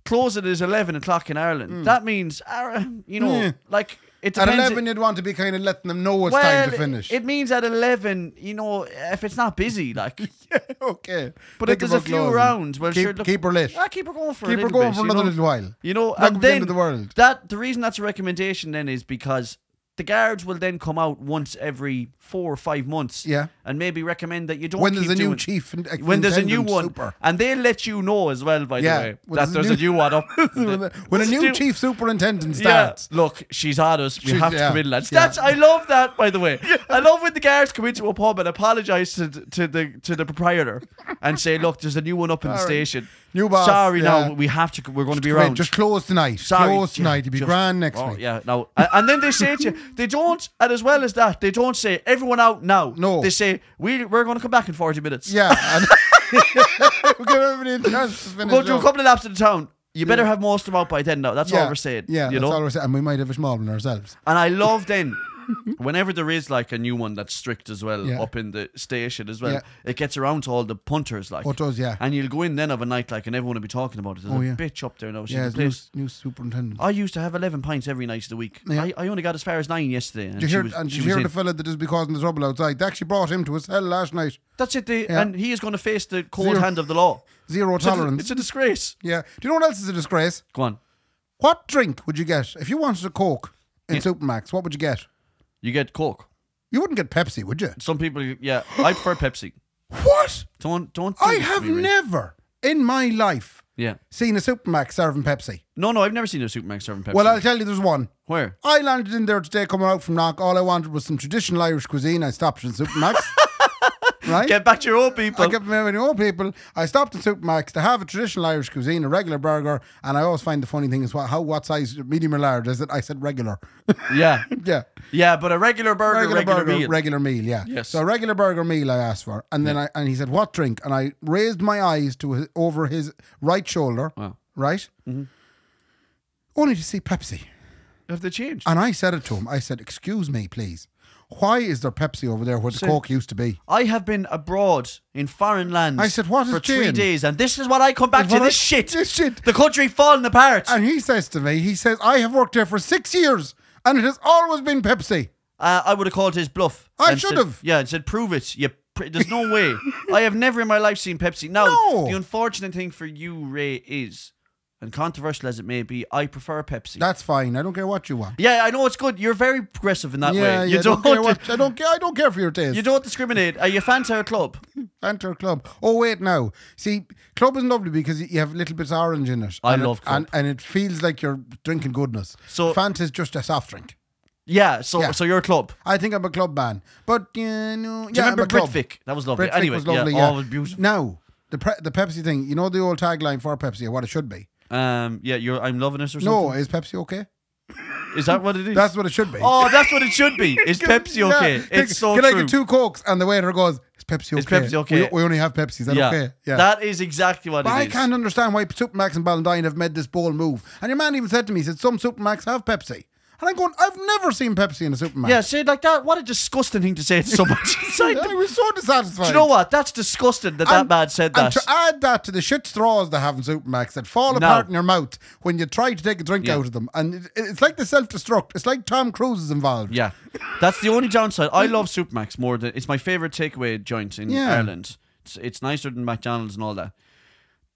Speaker 3: close it is eleven o'clock in Ireland, that means uh, you know,
Speaker 2: Mm. Yeah.
Speaker 3: like it
Speaker 2: At
Speaker 3: depends.
Speaker 2: 11, you'd want to be kind of letting them know it's time to finish.
Speaker 3: It means at eleven, you know, if it's not busy, like.
Speaker 2: okay.
Speaker 3: But
Speaker 2: Think
Speaker 3: if there's
Speaker 2: about
Speaker 3: a few
Speaker 2: closing.
Speaker 3: rounds, well,
Speaker 2: keep,
Speaker 3: sure, look,
Speaker 2: keep her lit.
Speaker 3: Ah, keep her going for a
Speaker 2: Keep her
Speaker 3: little
Speaker 2: going
Speaker 3: bit,
Speaker 2: for
Speaker 3: you
Speaker 2: another
Speaker 3: know?
Speaker 2: little while.
Speaker 3: You know,
Speaker 2: Welcome
Speaker 3: and
Speaker 2: to the
Speaker 3: then
Speaker 2: end of the world.
Speaker 3: that the reason that's a recommendation then is because the guards will then come out once every four or five months,
Speaker 2: Yeah.
Speaker 3: and maybe recommend that you don't
Speaker 2: When
Speaker 3: keep
Speaker 2: there's a new
Speaker 3: doing-
Speaker 2: chief and ex-
Speaker 3: when there's a new
Speaker 2: intendant,
Speaker 3: one,
Speaker 2: super.
Speaker 3: and they let you know as well, by
Speaker 2: Yeah,
Speaker 3: the way,
Speaker 2: when
Speaker 3: that
Speaker 2: there's
Speaker 3: there's
Speaker 2: a
Speaker 3: a new one up.
Speaker 2: When a new chief superintendent
Speaker 3: Yeah,
Speaker 2: starts,
Speaker 3: look, she's on us. We
Speaker 2: She's-
Speaker 3: have to
Speaker 2: yeah,
Speaker 3: come in, lads.
Speaker 2: yeah.
Speaker 3: That's I love that. By the way, I love when the guards come into a pub and apologise to, th- to the to the proprietor and say, "Look, there's a new one up in the
Speaker 2: Sorry.
Speaker 3: station.
Speaker 2: New boss,
Speaker 3: Sorry,
Speaker 2: yeah.
Speaker 3: now we have to. We're going to be
Speaker 2: Come in,
Speaker 3: around.
Speaker 2: just close tonight.
Speaker 3: Sorry,
Speaker 2: close
Speaker 3: yeah,
Speaker 2: tonight. You'll be
Speaker 3: just-
Speaker 2: grand next
Speaker 3: oh,
Speaker 2: week.
Speaker 3: Yeah, no, and, and then they say to you, they don't, and as well as that, they don't say everyone out now.
Speaker 2: No.
Speaker 3: they say we we're going to come back in forty minutes.
Speaker 2: Yeah. and- We'll give everybody a chance to finish
Speaker 3: go do a
Speaker 2: up.
Speaker 3: couple of laps in the town. You better have most of them out by then. Now that's all we're saying.
Speaker 2: Yeah,
Speaker 3: you
Speaker 2: that's
Speaker 3: know.
Speaker 2: all we're saying. And we might have a small one ourselves.
Speaker 3: And I love then whenever there is like a new one that's strict as well
Speaker 2: Yeah.
Speaker 3: up in the station as well,
Speaker 2: Yeah.
Speaker 3: it gets around to all the punters like.
Speaker 2: Oh, it does, yeah.
Speaker 3: And you'll go in then of a night like, and everyone will be talking about it. There's
Speaker 2: Oh,
Speaker 3: a
Speaker 2: yeah.
Speaker 3: bitch up there now. She's
Speaker 2: yeah,
Speaker 3: a
Speaker 2: it's new,
Speaker 3: place.
Speaker 2: new superintendent.
Speaker 3: I used to have 11 pints every night of the week.
Speaker 2: Yeah.
Speaker 3: I, I only got as far as nine yesterday. And
Speaker 2: Did you
Speaker 3: she
Speaker 2: hear,
Speaker 3: was,
Speaker 2: and
Speaker 3: she
Speaker 2: did you
Speaker 3: was
Speaker 2: hear
Speaker 3: in.
Speaker 2: the fella that has been causing the trouble outside? They actually brought him to his cell last night.
Speaker 3: That's it. They,
Speaker 2: Yeah.
Speaker 3: And he is going to face the cold
Speaker 2: Zero-
Speaker 3: hand of the law.
Speaker 2: Zero
Speaker 3: It's a-
Speaker 2: tolerance.
Speaker 3: it's a disgrace.
Speaker 2: yeah. Do you know what else is a disgrace?
Speaker 3: Go on.
Speaker 2: What drink would you get if you wanted a Coke in
Speaker 3: Yeah.
Speaker 2: Supermax? What would you get?
Speaker 3: You get Coke.
Speaker 2: You wouldn't get Pepsi, would you?
Speaker 3: Some people, yeah, I prefer Pepsi.
Speaker 2: What?
Speaker 3: Don't don't. do
Speaker 2: I
Speaker 3: this to
Speaker 2: have
Speaker 3: me, Ray.
Speaker 2: never in my life
Speaker 3: Yeah.
Speaker 2: seen a Supermax serving Pepsi.
Speaker 3: No, no, I've never seen a Supermax serving Pepsi.
Speaker 2: Well, I'll tell you, there's one.
Speaker 3: Where?
Speaker 2: I landed in there today coming out from Knock. All I wanted was some traditional Irish cuisine. I stopped in Supermax. right?
Speaker 3: Get back to your old people.
Speaker 2: I kept remembering old people. I stopped in Supermax to have a traditional Irish cuisine, a regular burger, and I always find the funny thing is what, how, what size, medium or large is it? I said regular.
Speaker 3: yeah,
Speaker 2: yeah.
Speaker 3: yeah, but a regular burger, regular,
Speaker 2: regular, burger,
Speaker 3: meal.
Speaker 2: regular meal, yeah.
Speaker 3: Yes.
Speaker 2: So a regular burger meal I asked for, and then I and he said, "What drink?" And I raised my eyes to his, over his right shoulder,
Speaker 3: Wow. Mm-hmm.
Speaker 2: right, only to see Pepsi.
Speaker 3: have they changed?
Speaker 2: And I said it to him. I said, "Excuse me, please. Why is there Pepsi over there where the Coke used to be?"
Speaker 3: I have been abroad in foreign lands.
Speaker 2: I said, "What has
Speaker 3: for three
Speaker 2: changed?"
Speaker 3: days, and this is what I come back
Speaker 2: Is
Speaker 3: to.
Speaker 2: what I-
Speaker 3: This shit.
Speaker 2: this shit.
Speaker 3: The country falling apart.
Speaker 2: And he says to me, "He says I have worked here for six years, and it has always been Pepsi."
Speaker 3: uh, I would have called his bluff.
Speaker 2: I
Speaker 3: and
Speaker 2: should
Speaker 3: said-
Speaker 2: have.
Speaker 3: Yeah, and said, prove it. You pr- There's no way. I have never in my life seen Pepsi. Now,
Speaker 2: No.
Speaker 3: the unfortunate thing for you, Ray, is, and controversial as it may be, I prefer Pepsi.
Speaker 2: That's fine. I don't care what you want.
Speaker 3: yeah, I know it's good. You're very progressive in that
Speaker 2: yeah,
Speaker 3: way.
Speaker 2: yeah.
Speaker 3: You
Speaker 2: I don't, care what, I don't care. I don't care for your taste.
Speaker 3: you don't discriminate. Are you fans of a club?
Speaker 2: Enter club. Oh wait, no. See, club is lovely because you have little bits of orange in it.
Speaker 3: I
Speaker 2: and
Speaker 3: love
Speaker 2: it,
Speaker 3: Club.
Speaker 2: and, and it feels like you're drinking goodness.
Speaker 3: So-
Speaker 2: Fanta is just a soft drink.
Speaker 3: Yeah. So,
Speaker 2: Yeah.
Speaker 3: so you're a club.
Speaker 2: I think I'm a club man, but you know,
Speaker 3: Do you
Speaker 2: yeah, I'm
Speaker 3: remember
Speaker 2: a club.
Speaker 3: Britvic? That was lovely.
Speaker 2: Britvic
Speaker 3: anyway,
Speaker 2: was lovely.
Speaker 3: yeah,
Speaker 2: yeah.
Speaker 3: all was beautiful.
Speaker 2: Now the pre- the Pepsi thing. You know the old tagline for Pepsi, or what it should be.
Speaker 3: Um, yeah, you're. I'm loving this or
Speaker 2: No,
Speaker 3: something.
Speaker 2: is Pepsi okay?
Speaker 3: is that what it is?
Speaker 2: That's what it should be.
Speaker 3: Oh, that's what it should be. Is Pepsi
Speaker 2: Yeah.
Speaker 3: okay?
Speaker 2: Can-
Speaker 3: It's so
Speaker 2: Can I
Speaker 3: true.
Speaker 2: get two cokes? And the waiter goes, "Is Pepsi okay?
Speaker 3: Is Pepsi okay?
Speaker 2: We, we only have Pepsi. Is that okay?
Speaker 3: That is exactly what
Speaker 2: But
Speaker 3: it
Speaker 2: I
Speaker 3: is.
Speaker 2: can't understand why Supermax and Ballandine have made this bold move. And your man even said to me, he said, some Supermax have Pepsi. And I'm going, I've never seen Pepsi in a Supermax.
Speaker 3: Yeah, say it like that. What a disgusting thing to say to someone inside
Speaker 2: I
Speaker 3: them.
Speaker 2: was so
Speaker 3: Do
Speaker 2: dissatisfied.
Speaker 3: you know what? That's disgusting that that
Speaker 2: And-
Speaker 3: man said
Speaker 2: And
Speaker 3: that.
Speaker 2: to add that to the shit straws they have in Supermax that fall
Speaker 3: No.
Speaker 2: apart in your mouth when you try to take a drink
Speaker 3: Yeah.
Speaker 2: out of them. And it, it's like they self destruct. It's like Tom Cruise is involved.
Speaker 3: yeah, that's the only downside. I love Supermax more than it's my favorite takeaway joint in
Speaker 2: Yeah.
Speaker 3: Ireland. It's, it's nicer than McDonald's and all that.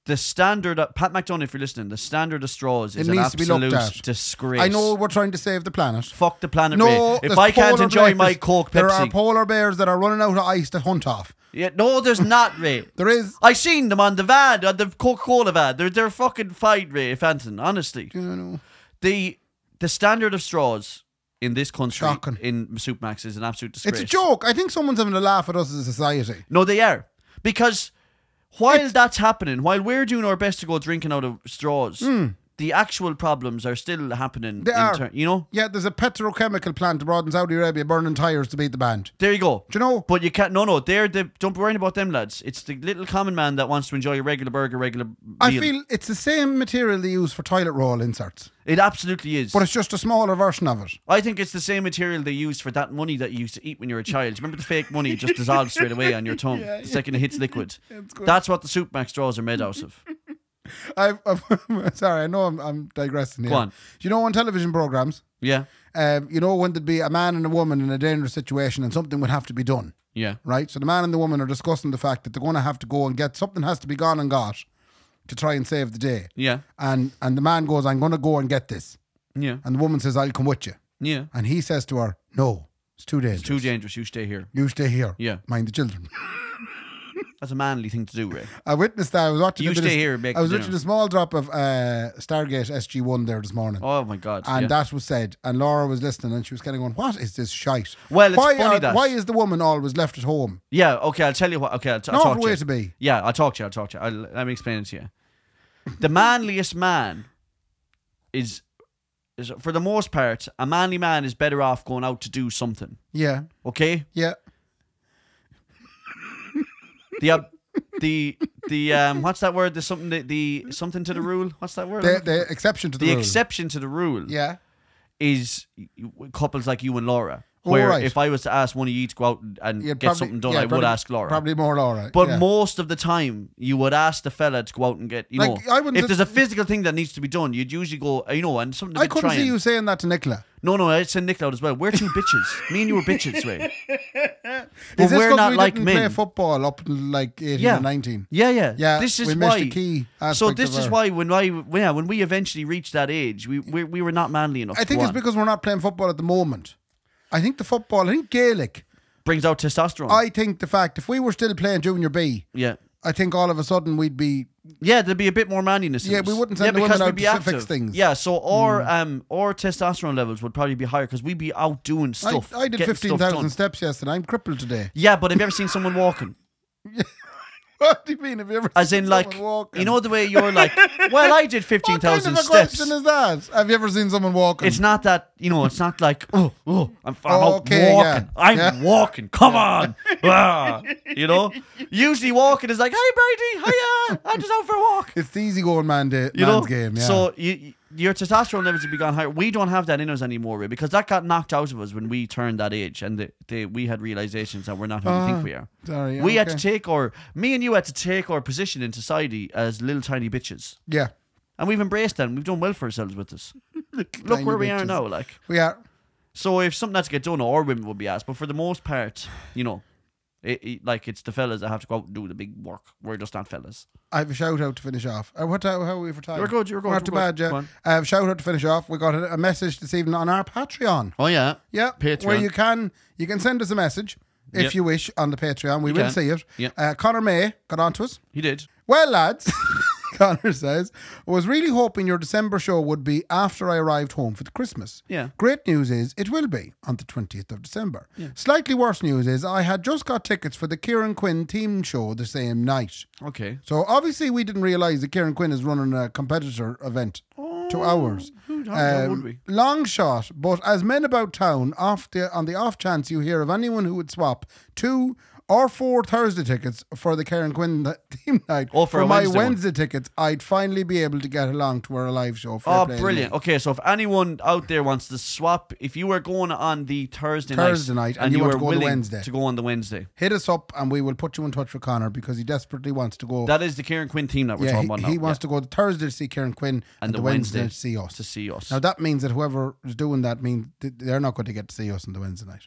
Speaker 3: The standard, uh, Pat McDonald, if you're listening, the standard of straws is
Speaker 2: It
Speaker 3: an
Speaker 2: needs to be looked
Speaker 3: absolute
Speaker 2: at.
Speaker 3: disgrace.
Speaker 2: I know we're trying to save the planet.
Speaker 3: Fuck the planet.
Speaker 2: No,
Speaker 3: Ray. if
Speaker 2: there's
Speaker 3: I can't
Speaker 2: polar
Speaker 3: enjoy my
Speaker 2: bears.
Speaker 3: Coke Pepsi,
Speaker 2: There are polar bears that are running out of ice to hunt off.
Speaker 3: yeah, no, there's not, Ray.
Speaker 2: There is.
Speaker 3: I seen them on the van, on the Coca Cola van. They're they're fucking fine, Ray Fenton. Honestly,
Speaker 2: You know,
Speaker 3: the the standard of straws in this country
Speaker 2: Shocking.
Speaker 3: in Supermax is an absolute disgrace.
Speaker 2: it's a joke. I think someone's having a laugh at us as a society.
Speaker 3: No, they are because while that's happening, while we're doing our best to go drinking out of straws, the actual problems are still happening.
Speaker 2: Hmm. They
Speaker 3: in
Speaker 2: are.
Speaker 3: ter- you know.
Speaker 2: Yeah, there's a petrochemical plant abroad in Saudi Arabia burning tires to beat the band.
Speaker 3: There you go.
Speaker 2: Do you know?
Speaker 3: But you can't. No, no. They're the. Don't be worrying about them lads. It's the little common man that wants to enjoy a regular burger, regular.
Speaker 2: I
Speaker 3: meal.
Speaker 2: feel it's the same material they use for toilet roll inserts,
Speaker 3: it absolutely is.
Speaker 2: but it's just a smaller version of it.
Speaker 3: I think it's the same material they used for that money that you used to eat when you were a child. Remember the fake money? It just dissolves straight away on your tongue the second it hits liquid. That's what the Supermax straws are made out of.
Speaker 2: I've, I've, sorry, I know I'm, I'm digressing here.
Speaker 3: Go on.
Speaker 2: Do You know, on television programs,
Speaker 3: Yeah.
Speaker 2: um, you know when there'd be a man and a woman in a dangerous situation and something would have to be done,
Speaker 3: Yeah.
Speaker 2: right? So the man and the woman are discussing the fact that they're going to have to go and get something has to be gone and got to try and save the day.
Speaker 3: Yeah.
Speaker 2: And and the man goes, "I'm going to go and get this,"
Speaker 3: Yeah.
Speaker 2: and the woman says, "I'll come with you."
Speaker 3: Yeah.
Speaker 2: And he says to her, No, it's too dangerous.
Speaker 3: It's too dangerous. You stay here.
Speaker 2: You stay here.
Speaker 3: Yeah.
Speaker 2: Mind the children.
Speaker 3: That's a manly thing to do, Ray.
Speaker 2: I witnessed that. I was watching.
Speaker 3: You
Speaker 2: a bit
Speaker 3: stay
Speaker 2: of-
Speaker 3: here and make
Speaker 2: I was
Speaker 3: dinner.
Speaker 2: watching a small drop of uh, Stargate SG1 there this morning.
Speaker 3: Oh my God.
Speaker 2: And uh,
Speaker 3: yeah.
Speaker 2: that was said, and Laura was listening, and she was kind of going, "What is this shite?
Speaker 3: Well, it's
Speaker 2: why
Speaker 3: funny
Speaker 2: are-
Speaker 3: that-
Speaker 2: why is the woman always left at home?
Speaker 3: Yeah, okay, I'll tell you what. Okay, I'll, t- I'll
Speaker 2: Not
Speaker 3: talk
Speaker 2: the
Speaker 3: to
Speaker 2: way
Speaker 3: you.
Speaker 2: to be.
Speaker 3: Yeah, I'll talk to you. I'll talk to you. I'll, let me explain it to you. The manliest man is, is, for the most part, a manly man is better off going out to do something.
Speaker 2: Yeah,
Speaker 3: Okay?
Speaker 2: yeah.
Speaker 3: The, uh, the, the, um, what's that word? There's something, the, the, something to the rule? What's that word?
Speaker 2: The, the exception to the,
Speaker 3: The
Speaker 2: rule.
Speaker 3: exception to the rule
Speaker 2: Yeah.
Speaker 3: is y- couples like you and Laura. Where
Speaker 2: right.
Speaker 3: if I was to ask one of you to go out and- and
Speaker 2: You'd
Speaker 3: get
Speaker 2: probably-
Speaker 3: something done,
Speaker 2: yeah,
Speaker 3: I would
Speaker 2: probably-
Speaker 3: ask Laura.
Speaker 2: Probably more Laura.
Speaker 3: But
Speaker 2: yeah.
Speaker 3: most of the time, you would ask the fella to go out and get, you
Speaker 2: Like,
Speaker 3: know,
Speaker 2: I wouldn't
Speaker 3: if
Speaker 2: s-
Speaker 3: there's a physical thing that needs to be done, you'd usually go, you know, and something. to
Speaker 2: I
Speaker 3: be
Speaker 2: couldn't
Speaker 3: trying.
Speaker 2: see you saying that to Nicola.
Speaker 3: No, no, I send Nick out as well. We're two bitches. Me and you were bitches, Ray.
Speaker 2: Is
Speaker 3: But
Speaker 2: this
Speaker 3: we're
Speaker 2: 'cause
Speaker 3: not
Speaker 2: we
Speaker 3: like
Speaker 2: didn't
Speaker 3: men.
Speaker 2: play football up until like 18
Speaker 3: Yeah.
Speaker 2: or 19?
Speaker 3: Yeah, yeah,
Speaker 2: Yeah,
Speaker 3: This is
Speaker 2: we missed
Speaker 3: why.
Speaker 2: the key
Speaker 3: so
Speaker 2: aspect
Speaker 3: this
Speaker 2: of
Speaker 3: is
Speaker 2: our-
Speaker 3: why when I yeah when we eventually reached that age, we we, we were not manly enough.
Speaker 2: I
Speaker 3: for
Speaker 2: think it's
Speaker 3: one.
Speaker 2: because we're not playing football at the moment. I think the football, I think Gaelic,
Speaker 3: brings out testosterone.
Speaker 2: I think the fact if we were still playing junior B,
Speaker 3: yeah.
Speaker 2: I think all of a sudden we'd be
Speaker 3: Yeah, there'd be a bit more manliness. in
Speaker 2: Yeah,
Speaker 3: us.
Speaker 2: we wouldn't send the women
Speaker 3: because
Speaker 2: out
Speaker 3: we'd be
Speaker 2: to fix
Speaker 3: active.
Speaker 2: things. Hmm.
Speaker 3: Yeah, so our um our testosterone levels would probably be higher because we'd be out doing stuff.
Speaker 2: I, I did
Speaker 3: getting stuff
Speaker 2: 15,000
Speaker 3: done.
Speaker 2: steps yesterday. I'm crippled today.
Speaker 3: Yeah, but have you ever seen someone walking?
Speaker 2: What do you mean? Have you ever
Speaker 3: As
Speaker 2: seen
Speaker 3: in,
Speaker 2: someone
Speaker 3: like,
Speaker 2: walking?
Speaker 3: you know the way you're like, well, I did
Speaker 2: what kind
Speaker 3: 15,000
Speaker 2: of a
Speaker 3: steps.
Speaker 2: question is that? Have you ever seen someone walking?
Speaker 3: It's not that you know. It's not like oh, oh, I'm, I'm out
Speaker 2: Okay,
Speaker 3: walking.
Speaker 2: yeah.
Speaker 3: I'm
Speaker 2: Yeah.
Speaker 3: walking. Come on, Ah, you know. Usually walking is like, hey, Brady, hiya, I'm just out for a walk.
Speaker 2: It's the easygoing man day,
Speaker 3: You
Speaker 2: man's
Speaker 3: know.
Speaker 2: game. Yeah.
Speaker 3: So you, your testosterone levels have be gone higher. We don't have that in us anymore Ray, because that got knocked out of us when we turned that age, and the, the, we had realizations that we're not who we think we are.
Speaker 2: sorry,
Speaker 3: we had to
Speaker 2: Uh, okay.
Speaker 3: take our, me and you had to take our position in society as little tiny bitches,
Speaker 2: yeah,
Speaker 3: and we've embraced that. and We've done well for ourselves with this. Look
Speaker 2: tiny
Speaker 3: where we are
Speaker 2: bitches.
Speaker 3: now, like.
Speaker 2: we are.
Speaker 3: So if something had to get done, our women would be asked. But for the most part, you know, it, it- like it's the fellas that have to go out and do the big work. We're just not fellas.
Speaker 2: I have a shout out to finish off. Uh, what time, how are we for time?
Speaker 3: You're good, you're good,
Speaker 2: Not too
Speaker 3: you're good.
Speaker 2: bad, yeah.
Speaker 3: Go on.
Speaker 2: I have a shout out to finish off. We got a, a message this evening on our Patreon.
Speaker 3: Oh yeah,
Speaker 2: Yeah,
Speaker 3: Patreon.
Speaker 2: Where you can you can send us a message if
Speaker 3: Yep.
Speaker 2: you wish on the Patreon. We
Speaker 3: You
Speaker 2: will
Speaker 3: can.
Speaker 2: see it.
Speaker 3: Yep.
Speaker 2: Uh, Connor May got on to us.
Speaker 3: He did.
Speaker 2: Well, lads, Connor says, I was really hoping your December show would be after I arrived home for the Christmas.
Speaker 3: Yeah.
Speaker 2: Great news is it will be on the 20th of December. Slightly worse news is I had just got tickets for the Kieran Quinn themed show the same night.
Speaker 3: Okay.
Speaker 2: So obviously we didn't realise that Kieran Quinn is running a competitor event
Speaker 3: Oh.
Speaker 2: to ours.
Speaker 3: who- how- how would we?
Speaker 2: Um, Long shot, but as men about town, off the, on the off chance you hear of anyone who would swap two or four Thursday tickets for the Kieran Quinn th- team night
Speaker 3: Oh, for a
Speaker 2: my
Speaker 3: Wednesday one.
Speaker 2: Wednesday tickets, I'd finally be able to get along to our live show. Fair
Speaker 3: Oh,
Speaker 2: play to
Speaker 3: brilliant.
Speaker 2: me.
Speaker 3: Okay, so if anyone out there wants to swap, if you were going on the Thursday,
Speaker 2: Thursday night and
Speaker 3: and
Speaker 2: you want
Speaker 3: were
Speaker 2: to go on the
Speaker 3: willing
Speaker 2: Wednesday.
Speaker 3: to go on the Wednesday,
Speaker 2: Hit us up and we will put you in touch with Connor because he desperately wants to go.
Speaker 3: that is the Karen Quinn team that we're
Speaker 2: yeah,
Speaker 3: talking
Speaker 2: he,
Speaker 3: about now.
Speaker 2: he wants to go the Thursday to see Kieran Quinn and,
Speaker 3: and
Speaker 2: the, Wednesday, to see us.
Speaker 3: to see us.
Speaker 2: Now that means that whoever is doing that means th- they're not going to get to see us on the Wednesday night.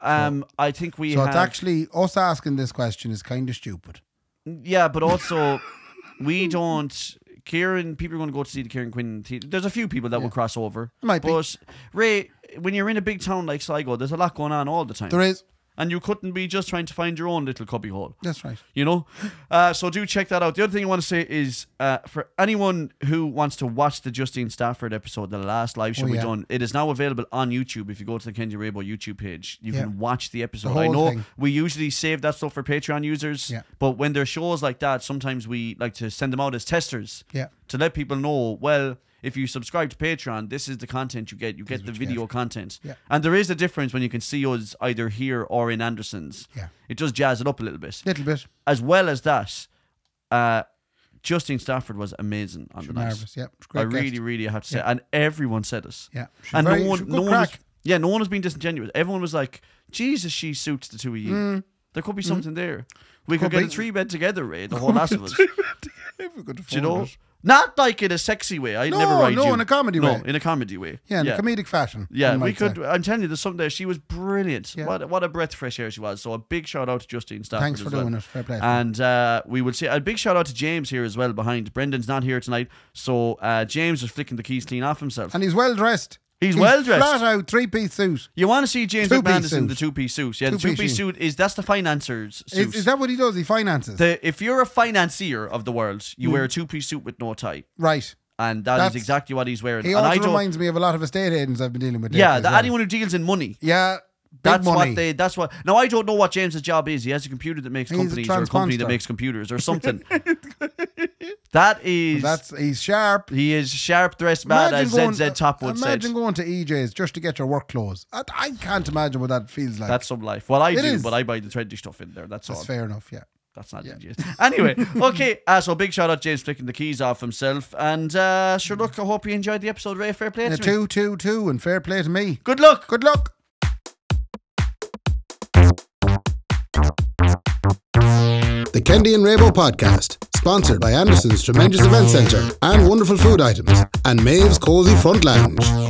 Speaker 3: um, I think we
Speaker 2: So
Speaker 3: have
Speaker 2: it's actually us asking this question is kind of stupid.
Speaker 3: Yeah, but also we don't. Kieran, people are going to go to see the Kieran Quinn. Theatre. There's a few people that will cross over.
Speaker 2: Might be.
Speaker 3: but Ray, when you're in a big town like Sligo, there's a lot going on all the time,
Speaker 2: There is.
Speaker 3: and you couldn't be just trying to find your own little cubbyhole.
Speaker 2: That's right.
Speaker 3: You know, uh, so do check that out. The other thing I want to say is uh, for anyone who wants to watch the Justine Stafford episode, the last live show
Speaker 2: Oh,
Speaker 3: we
Speaker 2: yeah.
Speaker 3: done, it is now available on YouTube. If you go to the Kenji Rabo YouTube page, you
Speaker 2: Yeah.
Speaker 3: can watch the episode.
Speaker 2: The
Speaker 3: I
Speaker 2: whole
Speaker 3: know
Speaker 2: thing.
Speaker 3: we usually save that stuff for Patreon users,
Speaker 2: Yeah.
Speaker 3: but when there's shows like that, sometimes we like to send them out as testers
Speaker 2: Yeah.
Speaker 3: to let people know, well, if you subscribe to Patreon, this is the content you get. You get the video content.
Speaker 2: Yeah.
Speaker 3: And there is a difference when you can see us either here or in Anderson's.
Speaker 2: Yeah.
Speaker 3: It does jazz it up a little bit
Speaker 2: Little bit.
Speaker 3: as well as that, uh, Justin Stafford was amazing on the night.
Speaker 2: Marvellous. Yeah. It's a
Speaker 3: I
Speaker 2: Great guest.
Speaker 3: really, really have to say, and everyone said it.
Speaker 2: Yeah. She's
Speaker 3: and
Speaker 2: very-
Speaker 3: no
Speaker 2: she's
Speaker 3: one,
Speaker 2: a
Speaker 3: no
Speaker 2: good
Speaker 3: one, was,
Speaker 2: crack.
Speaker 3: yeah, no one has been disingenuous. Everyone was like, "Jesus, she suits the two of you." There could be something there. We could,
Speaker 2: Mm. Could
Speaker 3: get
Speaker 2: be.
Speaker 3: a three bed together, Ray. The whole lot of us.
Speaker 2: If we could afford
Speaker 3: Do you know?
Speaker 2: it.
Speaker 3: Not like in a sexy way. I would
Speaker 2: No,
Speaker 3: never ride
Speaker 2: no,
Speaker 3: you.
Speaker 2: in a comedy
Speaker 3: no,
Speaker 2: way.
Speaker 3: in a comedy way.
Speaker 2: Yeah, in a comedic fashion.
Speaker 3: Yeah,
Speaker 2: one
Speaker 3: we
Speaker 2: might
Speaker 3: could.
Speaker 2: say.
Speaker 3: I'm telling you, there's something there. She was brilliant.
Speaker 2: Yeah.
Speaker 3: What what a breath of fresh air she was. So a big shout out to Justine Stafford.
Speaker 2: Thanks for
Speaker 3: as well.
Speaker 2: doing it. Fair play to you.
Speaker 3: And uh, we will say a big shout out to James here as well. Behind Brendan's not here tonight, so uh, James was flicking the keys clean off himself.
Speaker 2: And he's well dressed.
Speaker 3: He's well-dressed.
Speaker 2: Flat out three piece suit.
Speaker 3: you want to see James
Speaker 2: Two-piece
Speaker 3: McManus in
Speaker 2: suit.
Speaker 3: the two piece suit? Yeah, the
Speaker 2: Two-piece
Speaker 3: two piece suit is that's the financer's suit.
Speaker 2: Is, is that what he does? He finances.
Speaker 3: the, if you're a financier of the world, you wear a two piece suit with no tie,
Speaker 2: right.
Speaker 3: and that
Speaker 2: Hmm.
Speaker 3: is
Speaker 2: That's-
Speaker 3: exactly what he's wearing.
Speaker 2: He
Speaker 3: and I
Speaker 2: also
Speaker 3: don't.
Speaker 2: reminds me of a lot of estate agents I've been dealing with.
Speaker 3: yeah,
Speaker 2: lately
Speaker 3: the,
Speaker 2: as well.
Speaker 3: anyone who deals in money.
Speaker 2: Yeah. Big
Speaker 3: That's
Speaker 2: money.
Speaker 3: what they. That's what. Now I don't know what James's job is. He has a computer that makes
Speaker 2: He's a
Speaker 3: companies, or a company
Speaker 2: transponster.
Speaker 3: that makes computers, or something. that is.
Speaker 2: That's he's sharp.
Speaker 3: He is sharp dressed man, as ZZ Top would say.
Speaker 2: imagine going to EJ's just to get your work clothes. I, I can't imagine what that feels like.
Speaker 3: That's some life. Well, I
Speaker 2: It
Speaker 3: do,
Speaker 2: is.
Speaker 3: but I buy the trendy stuff in there. That's,
Speaker 2: That's
Speaker 3: all.
Speaker 2: fair enough. Yeah.
Speaker 3: That's not legit. Anyway, okay. Uh, so big shout out James flicking the keys off himself, and uh, sure look. I hope you enjoyed the episode. Ray, fair play.
Speaker 2: And a
Speaker 3: to me.
Speaker 2: two, two, two, and fair play to me.
Speaker 3: Good luck.
Speaker 2: Good luck.
Speaker 1: The Kendi and Rabo podcast, sponsored by Anderson's Tremendous Event Centre and Wonderful Food Items and Maeve's Cozy Front Lounge.